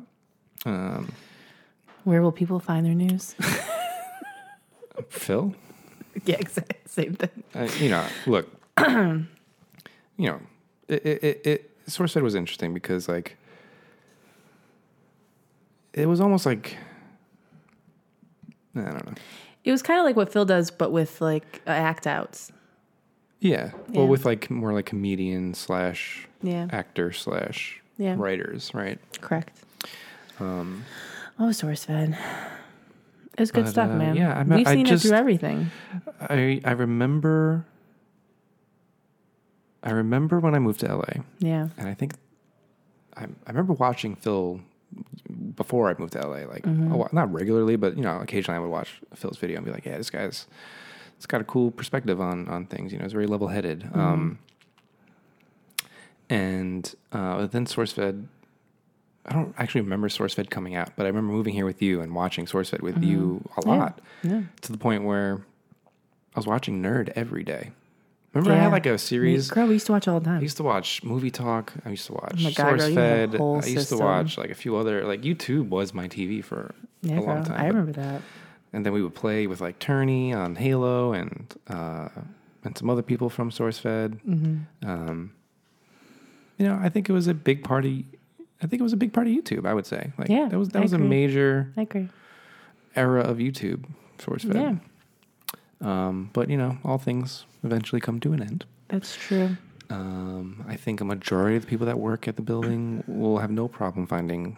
B: Um,
A: Where will people find their news?
B: Phil,
A: yeah, exactly. Same thing.
B: uh, you know, look, you know, it it it, it SourceFed was interesting because like it was almost like I don't know.
A: It was kind of like what Phil does, but with like uh, act outs.
B: Yeah. Well,
A: Yeah.
B: with like more like comedian slash
A: Yeah.
B: actor slash
A: Yeah.
B: writers, right?
A: Correct.
B: Um,
A: Oh, SourceFed. It was good
B: But,
A: stuff,
B: uh,
A: man.
B: yeah, I'm-
A: we've
B: I
A: seen
B: just-
A: it through everything.
B: I I remember I remember when I moved to LA
A: Yeah.
B: and I think I I remember watching Phil before I moved to LA like
A: Mm-hmm.
B: a lot, not regularly but you know occasionally I would watch Phil's video and be like yeah this guy's it's got a cool perspective on on things you know he's very level-headed
A: Mm-hmm.
B: um and uh but then SourceFed I don't actually remember SourceFed coming out but I remember moving here with you and watching SourceFed with you a
A: Yeah.
B: lot
A: Mm-hmm. Yeah.
B: to the point where I was watching Nerd every day. Remember, I had
A: Yeah.
B: like a series.
A: Girl, we used to watch all the
B: I
A: time.
B: used to watch Movie Talk. I used to watch
A: Oh my God, girl,
B: Source
A: you had a
B: Fed.
A: whole
B: I used
A: system.
B: to watch like a few other like YouTube was my TV for
A: Yeah,
B: a
A: girl.
B: long time.
A: I
B: but-
A: remember that.
B: and then we would play with like Turney on Halo and uh, and some other people from SourceFed.
A: Mm-hmm.
B: Um, you know, I think it was a big party. I think it was a big part of YouTube. I would say, like,
A: Yeah,
B: that was that
A: I
B: was a
A: agree.
B: major
A: I agree.
B: era of YouTube, SourceFed. Um, but you know, all things eventually come to an end.
A: That's true.
B: Um, I think a majority of the people that work at the building will have no problem finding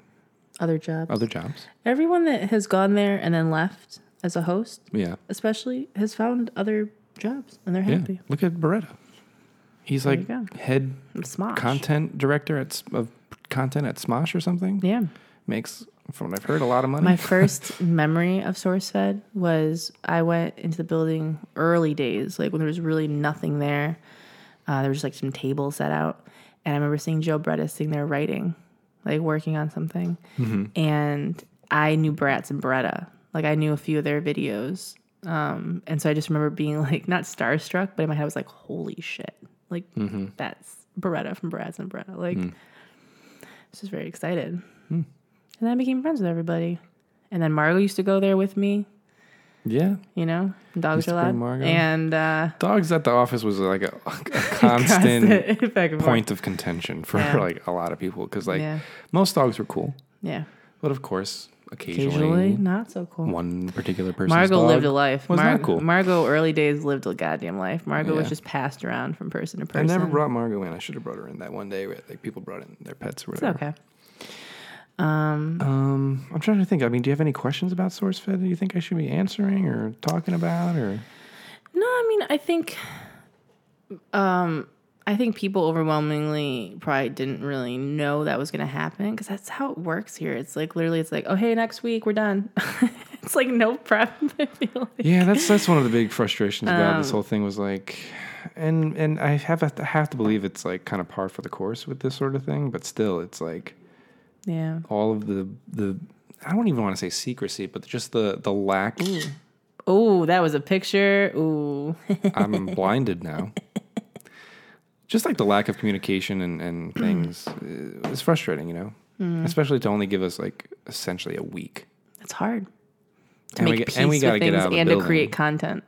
A: Other jobs.
B: other jobs.
A: Everyone that has gone there and then left as a host,
B: Yeah,
A: especially, has found other jobs and they're
B: yeah.
A: happy.
B: Look at Beretta. He's
A: There
B: like
A: you
B: head
A: Smosh.
B: content director at S- of content at Smosh or something.
A: Yeah.
B: Makes, from what I've heard, a lot of money.
A: My first memory of SourceFed was I went into the building early days, like when there was really nothing there. Uh, there was just like some tables set out, and I remember seeing Joe Brettis sitting there writing, like working on something. And I knew Bratz and Beretta, like I knew a few of their videos, um, and so I just remember being like not starstruck, but in my head I was like, "Holy shit!" Like that's Beretta from Bratz and Beretta. Like, I was just very excited. And then I became friends with everybody. And then Margot used to go there with me,
B: Yeah.
A: you know, dogs
B: Used to
A: are
B: bring
A: loud.
B: Margot.
A: And uh,
B: Dogs at the office was like a, a constant
A: back and forth.
B: point of contention for
A: Yeah.
B: like a lot of people because like
A: yeah,
B: most dogs were cool,
A: yeah.
B: but of course, occasionally,
A: Occasionally, not so cool.
B: one particular person.
A: Margot lived a life.
B: was
A: Mar-
B: not cool.
A: Margot early days lived a goddamn life. Margot was
B: Yeah.
A: just passed around from person to
B: I
A: person.
B: never brought Margot in. I should have brought her in that one day where like people brought in their pets or
A: It's
B: whatever.
A: okay. Um,
B: Um, I'm trying to think. I mean, do you have any questions about SourceFed that you think I should be answering or talking about? Or
A: no, I mean, I think, um, I think people overwhelmingly probably didn't really know that was going to happen because that's how it works here. It's like literally, it's like, oh hey, next week we're done. it's like no prep. I feel like.
B: yeah, that's that's one of the big frustrations about
A: Um,
B: this whole thing was like, and and I have I have to believe it's like kind of par for the course with this sort of thing, but still, it's like
A: Yeah.
B: all of the the I don't even want to say secrecy, but just the the lack.
A: Oh, that was a picture. Ooh.
B: I'm blinded now. Just like the lack of communication and, and things uh, is frustrating, you know,
A: Mm.
B: especially to only give us like essentially a week.
A: It's hard to
B: And we
A: make
B: get-
A: peace
B: and we gotta
A: with
B: get
A: things
B: out of the
A: and to
B: building.
A: create content.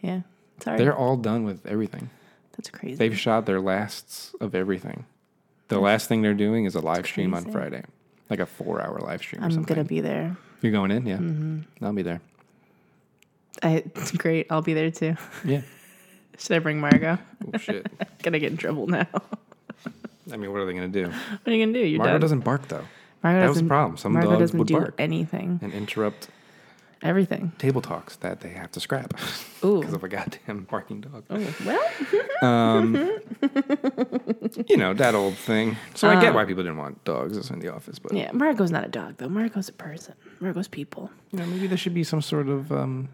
A: Yeah, it's hard.
B: They're all done with everything.
A: That's crazy.
B: They've shot their lasts of everything. The last thing they're doing is a live stream on
A: crazy.
B: Friday, like a four-hour live stream or
A: I'm
B: something.
A: gonna Mm-hmm. be there.
B: You're going in, yeah. I'll be there.
A: I, it's great. I'll be there too.
B: Yeah.
A: Should I bring Margo?
B: Oh shit.
A: gonna get in trouble now. what
B: I mean, what are they gonna do?
A: are you gonna do? You're
B: Margo
A: done.
B: doesn't bark though,
A: Margo
B: that was the problem. Some
A: Margo
B: dogs
A: doesn't
B: would
A: do
B: bark.
A: anything.
B: and interrupt
A: Everything.
B: table talks that they have to scrap
A: Ooh.
B: because of a goddamn barking dog. Um,
A: Oh, well,
B: you know that old thing. So I get why people didn't want dogs in the office, but
A: Um, yeah. Margo's not a dog though. Margo's a person. Margo's people.
B: you know maybe there should be some sort of um,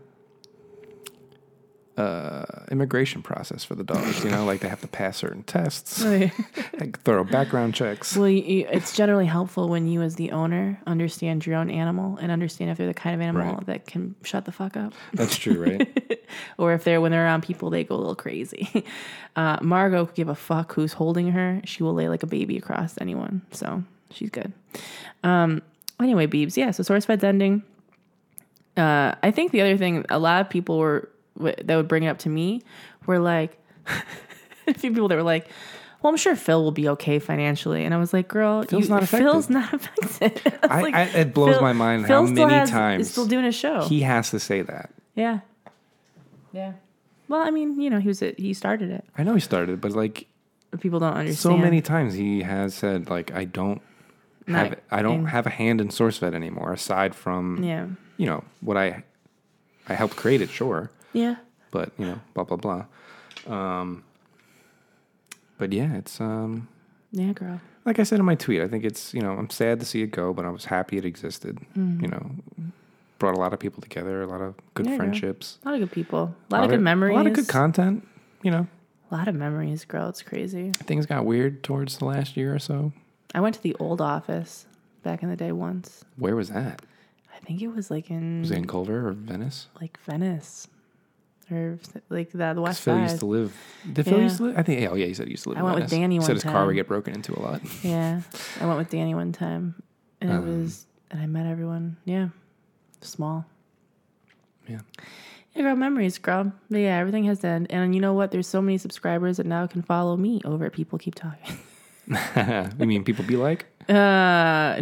B: uh, immigration process for the dogs. you know, like they have to pass certain tests, like thorough background checks.
A: Well, you, you, it's generally helpful when you, as the owner, understand your own animal and understand if they're the kind of animal
B: Right.
A: that can shut the fuck up,
B: That's true, right?
A: or if they're when they're around people they go a little crazy. Uh, Margot could give a fuck who's holding her. She will lay like a baby across anyone, so she's good. Um, anyway, Beebs, yeah. So SourceFed's ending. Uh, I think the other thing a lot of people were w- that would bring it up to me were like, a few people that were like. Well, I'm sure Phil will be okay financially, and I was like, "Girl,
B: Phil's
A: you-
B: not affected.
A: Phil's not affected." I was
B: I,
A: like,
B: I, it blows
A: Phil-
B: my mind
A: Phil
B: how
A: still
B: many
A: has- is
B: times
A: still doing a show.
B: he has to say that.
A: yeah, yeah. Well, I mean, you know, he was a, he started it.
B: I know he started, but like
A: But people don't understand.
B: so many times he has said like I don't
A: Not
B: have I don't
A: in-
B: have a hand in SourceFed anymore aside from
A: Yeah,
B: you know what I I helped create it sure
A: yeah.
B: but you know blah blah blah um but yeah it's um
A: Yeah, girl.
B: like I said in my tweet I think it's you know I'm sad to see it go but I was happy it existed
A: Mm.
B: you know brought a lot of people together a lot of good
A: There you go.
B: friendships
A: A lot of good people. A lot, of good memories.
B: a lot of good content you know
A: A lot of memories, girl. It's crazy.
B: things got weird towards the last year or so
A: I went to the old office back in the day once.
B: where was that
A: I think it was like in
B: was it in Culver or Venice
A: like Venice or s- like the, the
B: 'Cause
A: West
B: Phil
A: Side.
B: used to live. Did Phil
A: Yeah.
B: used to live? I think. Oh yeah, he said he used to live.
A: I
B: in
A: went with
B: Venice.
A: Danny
B: He
A: one
B: said his car would
A: time.
B: get broken into a lot.
A: Yeah, I went with Danny one time, and it
B: Um,
A: was and I met everyone. Yeah, small.
B: Yeah.
A: Yeah, girl, memories, girl. But yeah, everything has to end. And you know what? There's so many subscribers that now can follow me over at People Keep Talking.
B: I mean, people be like,
A: Uh, no,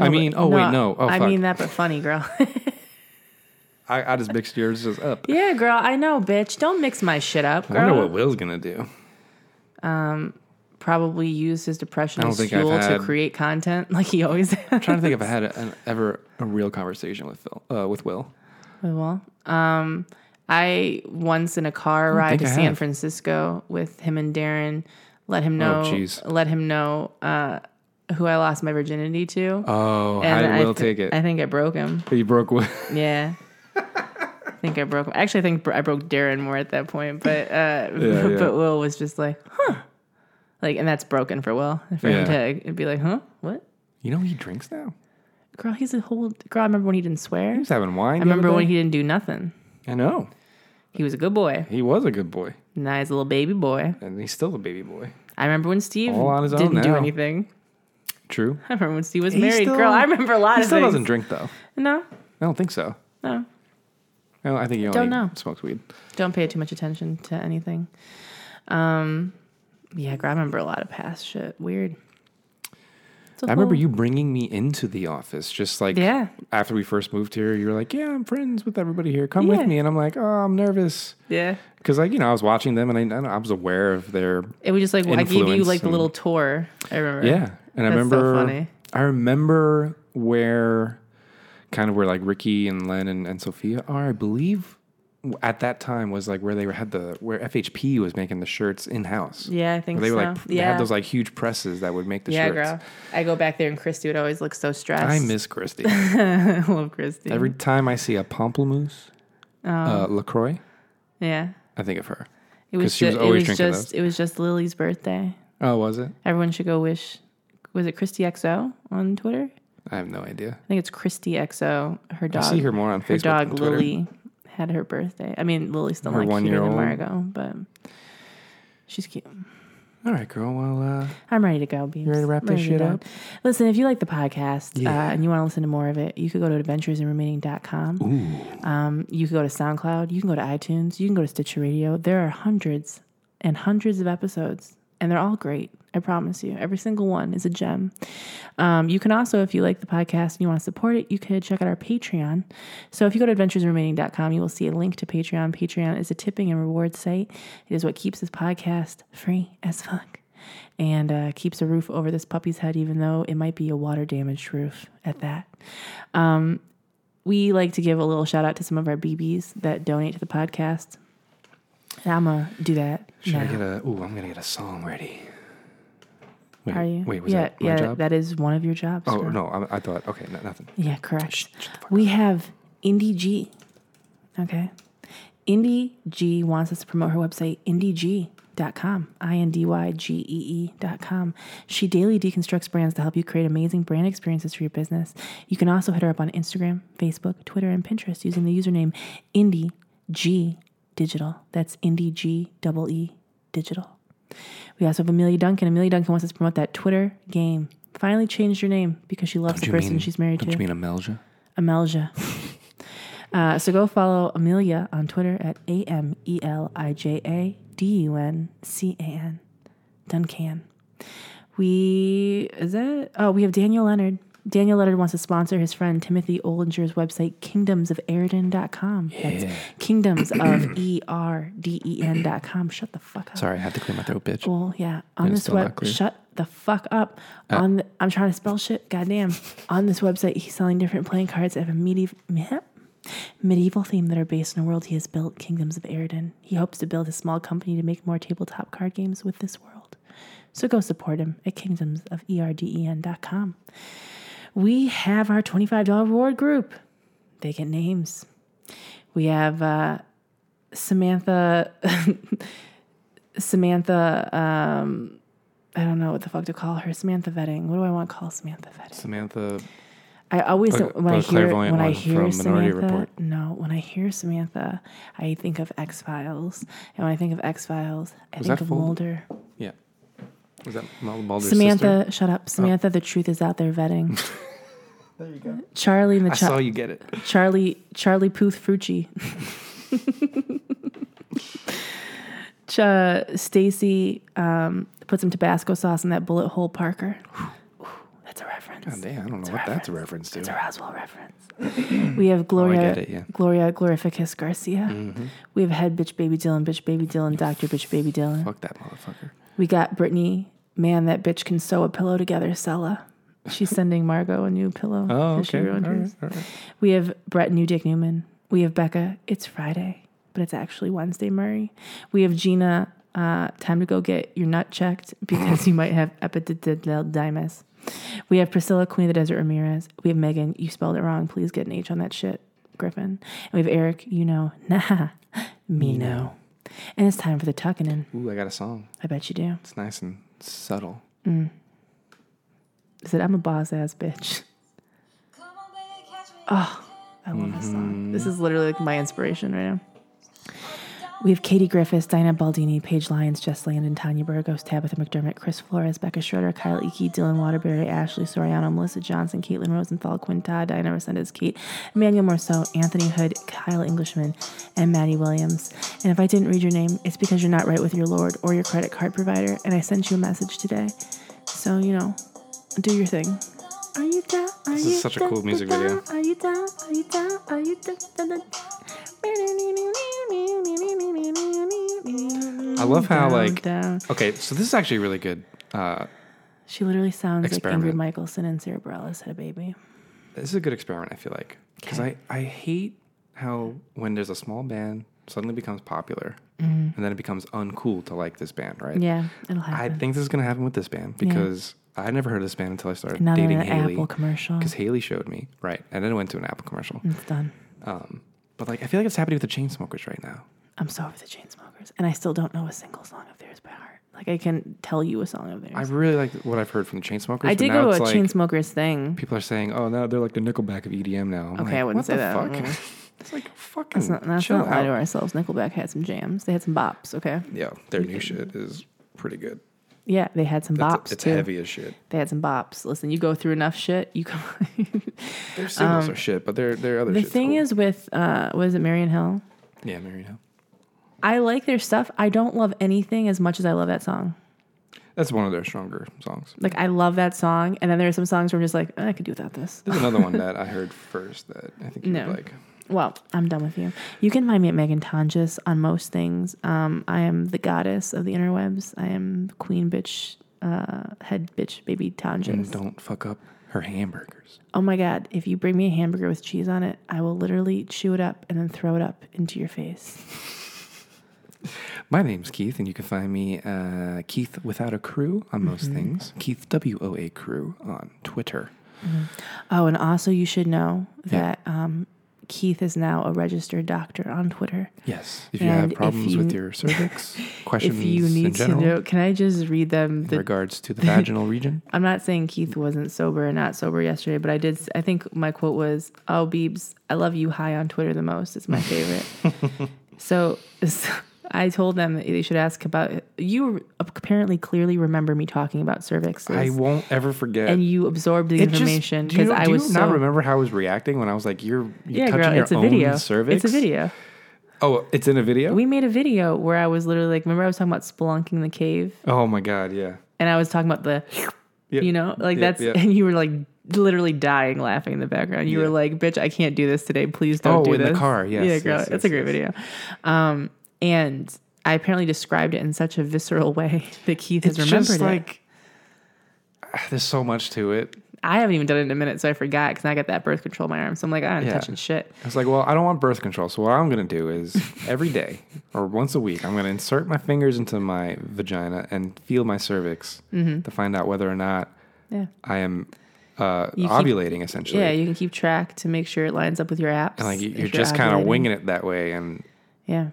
B: I mean,
A: but-
B: oh, wait, no. Oh,
A: I
B: fuck.
A: mean that, but funny, girl.
B: I, I just mixed yours just up.
A: yeah, girl, I know, bitch. Don't mix my shit up,
B: I
A: girl.
B: wonder what Will's gonna do.
A: Probably use his depression
B: I don't
A: as
B: think I've
A: fuel to
B: had-
A: create content like he always
B: I'm trying to think if I had a, an, ever a real conversation with Phil, uh, with Will.
A: Well, um, I once in a car ride
B: think
A: to
B: I
A: San
B: have.
A: Francisco with him and Darren, let him know,
B: Oh, jeez.
A: let him know uh, who I lost my virginity to.
B: Oh,
A: and
B: how did Will
A: I th-
B: take it?
A: I think I broke him.
B: he broke Will.
A: Yeah. I think I broke him. Actually, I think br- I broke Darren more at that point, but uh,
B: Yeah, yeah.
A: but Will was just like, huh, like, and that's broken for Will. For him
B: Yeah.
A: to it'd be like, huh, what?
B: you know he drinks now.
A: Girl, he's a whole girl. I remember when he didn't
B: He
A: swear.
B: was having wine.
A: I remember when he didn't do nothing.
B: I know
A: He was a good boy.
B: he was a good boy,
A: Now he's a little baby boy.
B: and he's still a baby boy.
A: I remember when Steve
B: All on his own
A: didn't do
B: now.
A: anything.
B: True.
A: I remember when Steve was
B: He's
A: married.
B: still-
A: Girl, I remember a lot
B: He
A: of
B: still
A: things.
B: doesn't drink though.
A: No,
B: I don't think so.
A: No,
B: No, I think you only
A: Don't know.
B: smoked weed.
A: don't pay too much attention to anything. Um, yeah, I remember a lot of past shit. Weird. It's a
B: I remember
A: whole-
B: you bringing me into the office just like
A: Yeah.
B: after we first moved here. You were like, "Yeah, I'm friends with everybody here. Come
A: Yeah.
B: with me." And I'm like, "Oh, I'm nervous."
A: Yeah.
B: Because like you know, I was watching them and I, I, don't- I was aware of their
A: It was just like I gave you
B: Influence
A: like the
B: and-
A: little tour. I remember.
B: yeah. And I
A: That's so
B: remember
A: funny.
B: I remember where kind of where like Ricky and Len and, and Sophia are. I believe at that time was like where they were, had the where FHP was making the shirts in house.
A: Yeah, I think
B: They were
A: so.
B: like they
A: yeah.
B: had those like huge presses that would make the
A: yeah,
B: shirts.
A: girl. I go back there and Christy would always look so stressed.
B: I miss Christy.
A: I love Christy.
B: Every time I see a pamplemousse,
A: Oh.
B: uh, Lacroix,
A: yeah.
B: I think of her.
A: It
B: 'Cause
A: was,
B: she was
A: ju-
B: always
A: it was
B: drinking
A: just
B: those.
A: it was just Lily's birthday.
B: Oh, was it?
A: Everyone should go wish was it Christy XO on Twitter?
B: I have no idea.
A: I think it's Christy XO. Her dog
B: I see her more on Facebook.
A: her dog
B: than Twitter.
A: Lily had her birthday. I mean Lily's still
B: Her
A: not cuter than
B: one-year-old.
A: Margot, but she's cute.
B: All right, girl. Well, uh,
A: I'm ready to go, Beams.
B: ready to wrap
A: I'm
B: this
A: to
B: shit
A: go.
B: up?
A: Listen, if you like the podcast uh,
B: Yeah.
A: and you want to listen to more of it, you could go to adventuresinremaining.com. Um, you could go to SoundCloud. You can go to iTunes. You can go to Stitcher Radio. There are hundreds and hundreds of episodes, and they're all great. I promise you. Every single one is a gem. Um, you can also, if you like the podcast and you want to support it, you could check out our Patreon. So if you go to adventuresremaining.com, you will see a link to Patreon. Patreon is a tipping and reward site, it is what keeps this podcast free as fuck and uh, keeps a roof over this puppy's head, even though it might be a water damaged roof at that. Um, we like to give a little shout out to some of our BBs that donate to the podcast. And I'm going to do that.
B: should I
A: now.
B: get a? Ooh, I'm gonna get a song ready. Wait,
A: Are you?
B: Wait, was
A: yeah,
B: that my
A: yeah,
B: job?
A: that is one of your jobs.
B: oh
A: girl.
B: no, I, I thought. Okay, no, nothing.
A: Yeah, correct. We have Indie G. Okay. Indie G wants us to promote her website, indieg.com, I N D Y G E E.com. She daily deconstructs brands to help you create amazing brand experiences for your business. You can also hit her up on Instagram, Facebook, Twitter, and Pinterest using the username Indie G Digital. That's Indie G double E Digital. We also have Amelia Duncan. Amelia Duncan wants us to promote that Twitter game. Finally changed her name because she loves
B: Do
A: the
B: you
A: person
B: mean-
A: she's married
B: don't
A: to.
B: you mean Amelja?
A: Amelja. uh, so go follow Amelia on Twitter at A M E L I J A D U N C A N. Duncan. We, is that, oh, we have Daniel Leonard. Daniel Leonard wants to sponsor his friend Timothy Olinger's website, kingdomsoferidan.com.
B: Yeah.
A: That's kingdoms of E R D E N.com. Shut the fuck up.
B: Sorry, I had to clear my throat, bitch.
A: Well, yeah. On
B: It's
A: this
B: still not
A: web,
B: clear. Uh,
A: shut the fuck up. on, the, I'm trying to spell shit. Goddamn. on this website, he's selling different playing cards that have a medieval medieval theme that are based on a world he has built, Kingdoms of Eridan. He hopes to build a small company to make more tabletop card games with this world. So go support him at kingdomsoferden.com. We have our $25 reward group. They get names. We have uh, Samantha Samantha, um, I don't know what the fuck to call her. Samantha Vetting. What do I want to call Samantha Vetting?
B: Samantha.
A: I always
B: Like,
A: when I
B: uh,
A: hear
B: clairvoyant
A: when I
B: one
A: hear
B: from Minority
A: Samantha.
B: Report.
A: No, when I hear Samantha, I think of X Files, and when I think of X Files, I
B: Was
A: think
B: that
A: of
B: Fold-
A: Mulder.
B: Yeah. Was that Mal- Mulder's
A: Samantha, shut
B: Oh.
A: up, Samantha. The truth is out there vetting. there you go. Charlie and the
B: sister? I
A: Cho-
B: saw you get it.
A: Charlie Charlie Puth Frucci. Ch- Stacy um, put some Tabasco sauce in that bullet hole Parker. Ooh, that's a reference.
B: God damn, I don't know what that's a reference to.
A: It's a Roswell reference. we have Gloria
B: Oh, get it, Mm. yeah. Mm-hmm.
A: Gloria Glorificus Garcia. We have head bitch baby Dylan, bitch baby Dylan, doctor bitch baby Dylan.
B: Fuck that motherfucker.
A: We got Brittany. Man, that bitch can sew a pillow together, Sella. She's sending Margot a new pillow.
B: Oh,
A: 'cause she
B: okay.
A: ruined
B: All right,
A: hers.
B: all right.
A: We have Brett New Dick Newman. We have Becca. It's Friday, but it's actually Wednesday, Murray. We have Gina. Uh, time to go get your nut checked because you might have epididymitis. We have Priscilla, Queen of the Desert Ramirez. We have Megan. You spelled it wrong. Please get an H on that shit, Griffin. And we have Eric. You know, nah, me know. And it's time for the tucking in.
B: Ooh, I got a song.
A: I bet you do.
B: It's nice and subtle.
A: Is it? I'm a boss ass bitch.
C: Oh.
A: Mm-hmm. I love this song. This is literally like my inspiration right now. We have Katie Griffiths, Dinah Baldini, Paige Lyons, Jess Landon, Tanya Burgos, Tabitha McDermott, Chris Flores, Becca Schroeder, Kyle Eke, Dylan Waterbury, Ashley Soriano, Melissa Johnson, Caitlin Rosenthal, Quinta, Dinah Resendez, Kate, Emmanuel Morceau, Anthony Hood, Kyle Englishman, and Maddie Williams. And if I didn't read your name, it's because you're not right with your Lord or your credit card provider, and I sent you a message today. So, you know, do your thing. Are you down? Are
B: This is such a cool music video.
A: Are you down? Are you down? Are you down? Dun, dun, dun.
B: I love how,
A: Down,
B: like-
A: down.
B: Okay, so this is actually really good. Uh,
A: she literally sounds
B: Experiment.
A: like Ingrid Michaelson and Sarah Bareilles had a baby.
B: this is a good experiment, I feel like. Because I, I hate how when there's a small band suddenly becomes popular and then it becomes uncool to like this band, right?
A: Mm-hmm. Yeah, it'll
B: I
A: happen.
B: think this is going to happen with this band because I never heard of this band until I started
A: Another
B: dating Haley.
A: Apple commercial.
B: Because Haley showed me, right? And then it went to an Apple commercial.
A: It's done.
B: Um, but like, I feel like it's happening with the Chainsmokers right now.
A: I'm so over the Chainsmokers, and I still don't know a single song of theirs by heart. Like I can tell you a song of theirs.
B: I really like what I've heard from the Chainsmokers.
A: I
B: but
A: did
B: now
A: go
B: it's
A: to a
B: like,
A: Chainsmokers thing.
B: People are saying, "Oh, no, they're like the Nickelback of EDM now." I'm
A: Okay,
B: like,
A: I wouldn't
B: what
A: say
B: the
A: that.
B: Fuck?
A: Mm.
B: it's like fucking
A: That's not, that's
B: chill
A: not lie to
B: out.
A: ourselves. Nickelback had some jams. They had some bops. Okay.
B: Yeah, their
A: Mm-hmm.
B: new shit is pretty good.
A: Yeah, they had some
B: It's-
A: bops
B: it's
A: too.
B: heavy as shit.
A: They had some bops. Listen, you go through enough shit, you come.
B: Their singles are shit, but their their other
A: Um, the
B: shit's
A: thing
B: cool.
A: is with uh, what is it, Marion Hill?
B: yeah, Marino.
A: I like their stuff. I don't love anything as much as I love that song.
B: That's one of their stronger songs.
A: Like I love that song, and then there are some songs where I'm just like, eh, I could do without this.
B: There's another one that I heard first that I think you would
A: No.
B: like.
A: Well, I'm done with you. You can find me at Megan Tonjes on most things. Um, I am the goddess of the interwebs. I am queen bitch, uh, head bitch, baby
B: And
A: Tonjes.
B: don't fuck up her hamburgers.
A: Oh my god! If you bring me a hamburger with cheese on it, I will literally chew it up and then throw it up into your face.
B: My name's Keith, and you can find me uh, Keith without a crew on most
A: Mm-hmm.
B: things. Keith W O A crew on Twitter.
A: Oh, and also you should know that um, Keith is now a registered doctor on Twitter.
B: Yes, if you
A: And
B: have
A: if
B: problems with
A: you-
B: your cervix, questions
A: if you
B: in
A: need to
B: general
A: know, can I just read them?
B: in
A: The,
B: regards to the vaginal region.
A: I'm not saying Keith wasn't sober and not sober yesterday, but I did. s- I think my quote was, "Oh, Beebs, I love you high on Twitter the most. It's my favorite." so, so I told them that they should ask about you. Apparently, clearly remember me talking about cervixes.
B: I won't ever forget.
A: and you absorbed the
B: It just-
A: information
B: do you
A: because
B: know-
A: I
B: do
A: was
B: you
A: so
B: not remember how I was reacting when I was like, "You're,
A: yeah,
B: you're touching
A: girl.
B: your
A: It's a
B: own
A: video.
B: cervix."
A: It's a video.
B: Oh, it's in a video.
A: We made a video where I was literally like, remember I was talking about spelunking the cave,
B: oh my god, yeah.
A: and I was talking about the,
B: Yeah.
A: you know, like
B: Yeah,
A: that's,
B: yeah.
A: and you were like literally dying laughing in the background. You
B: Yeah.
A: were like, bitch, I can't do this today. Please don't
B: Oh,
A: do
B: in the
A: this.
B: car. Yes,
A: yeah, girl,
B: yes,
A: it's a
B: yes,
A: great video. Um, and I apparently described it in such a visceral way that Keith
B: It's
A: has remembered
B: just
A: it.
B: like ah, there's so much to it.
A: I haven't even done it in a minute, so I forgot because I got that birth control in my arm. So I'm like, I'm
B: Yeah.
A: touching shit.
B: I was like, well, I don't want birth control, so what I'm gonna do is every day or once a week, I'm gonna insert my fingers into my vagina and feel my cervix
A: Mm-hmm.
B: to find out whether or not
A: Yeah.
B: I am uh,
A: You keep-
B: ovulating. essentially,
A: Yeah, you can keep track to make sure it lines up with your apps.
B: and like you-
A: if
B: you're just kind
A: ovulating.
B: of winging it that way, and
A: Yeah.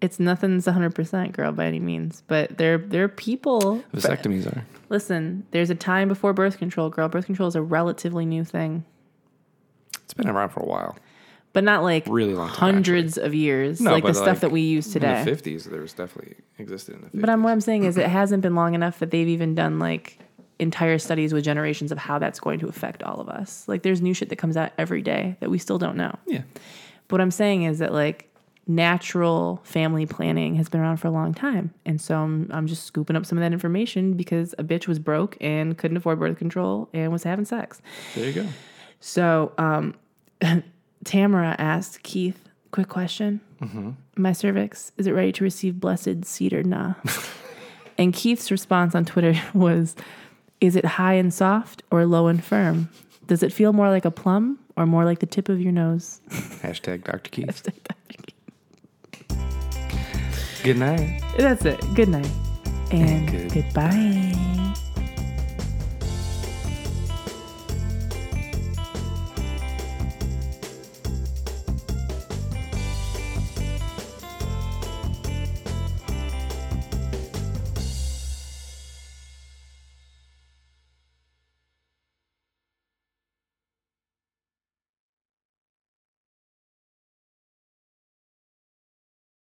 A: It's nothing's 100% girl by any means, but there there are people
B: vasectomies are.
A: Listen, there's a time before birth control, girl. Birth control is a relatively new thing,
B: It's been around for a while.
A: but not like
B: Really long time,
A: hundreds of years
B: No,
A: like the
B: but,
A: stuff
B: like,
A: that we use
B: In the
A: today.
B: fifties, there was definitely existed in the fifties.
A: But I'm what I'm saying is it hasn't been long enough that they've even done like entire studies with generations of how that's going to affect all of us. Like there's new shit that comes out every day that we still don't know.
B: yeah,
A: But what I'm saying is that like natural family planning has been around for a long time. And so I'm, I'm just scooping up some of that information because a bitch was broke and couldn't afford birth control and was having sex.
B: there you go.
A: So um, Tamara asked Keith, quick question. My cervix, is it ready to receive blessed seed or nah? and Keith's response on Twitter was, is it high and soft or low and firm? Does it feel more like a plum or more like the tip of your nose?
B: Hashtag Dr. Keith. Good night.
A: That's it. Good night. And
B: good
A: goodbye.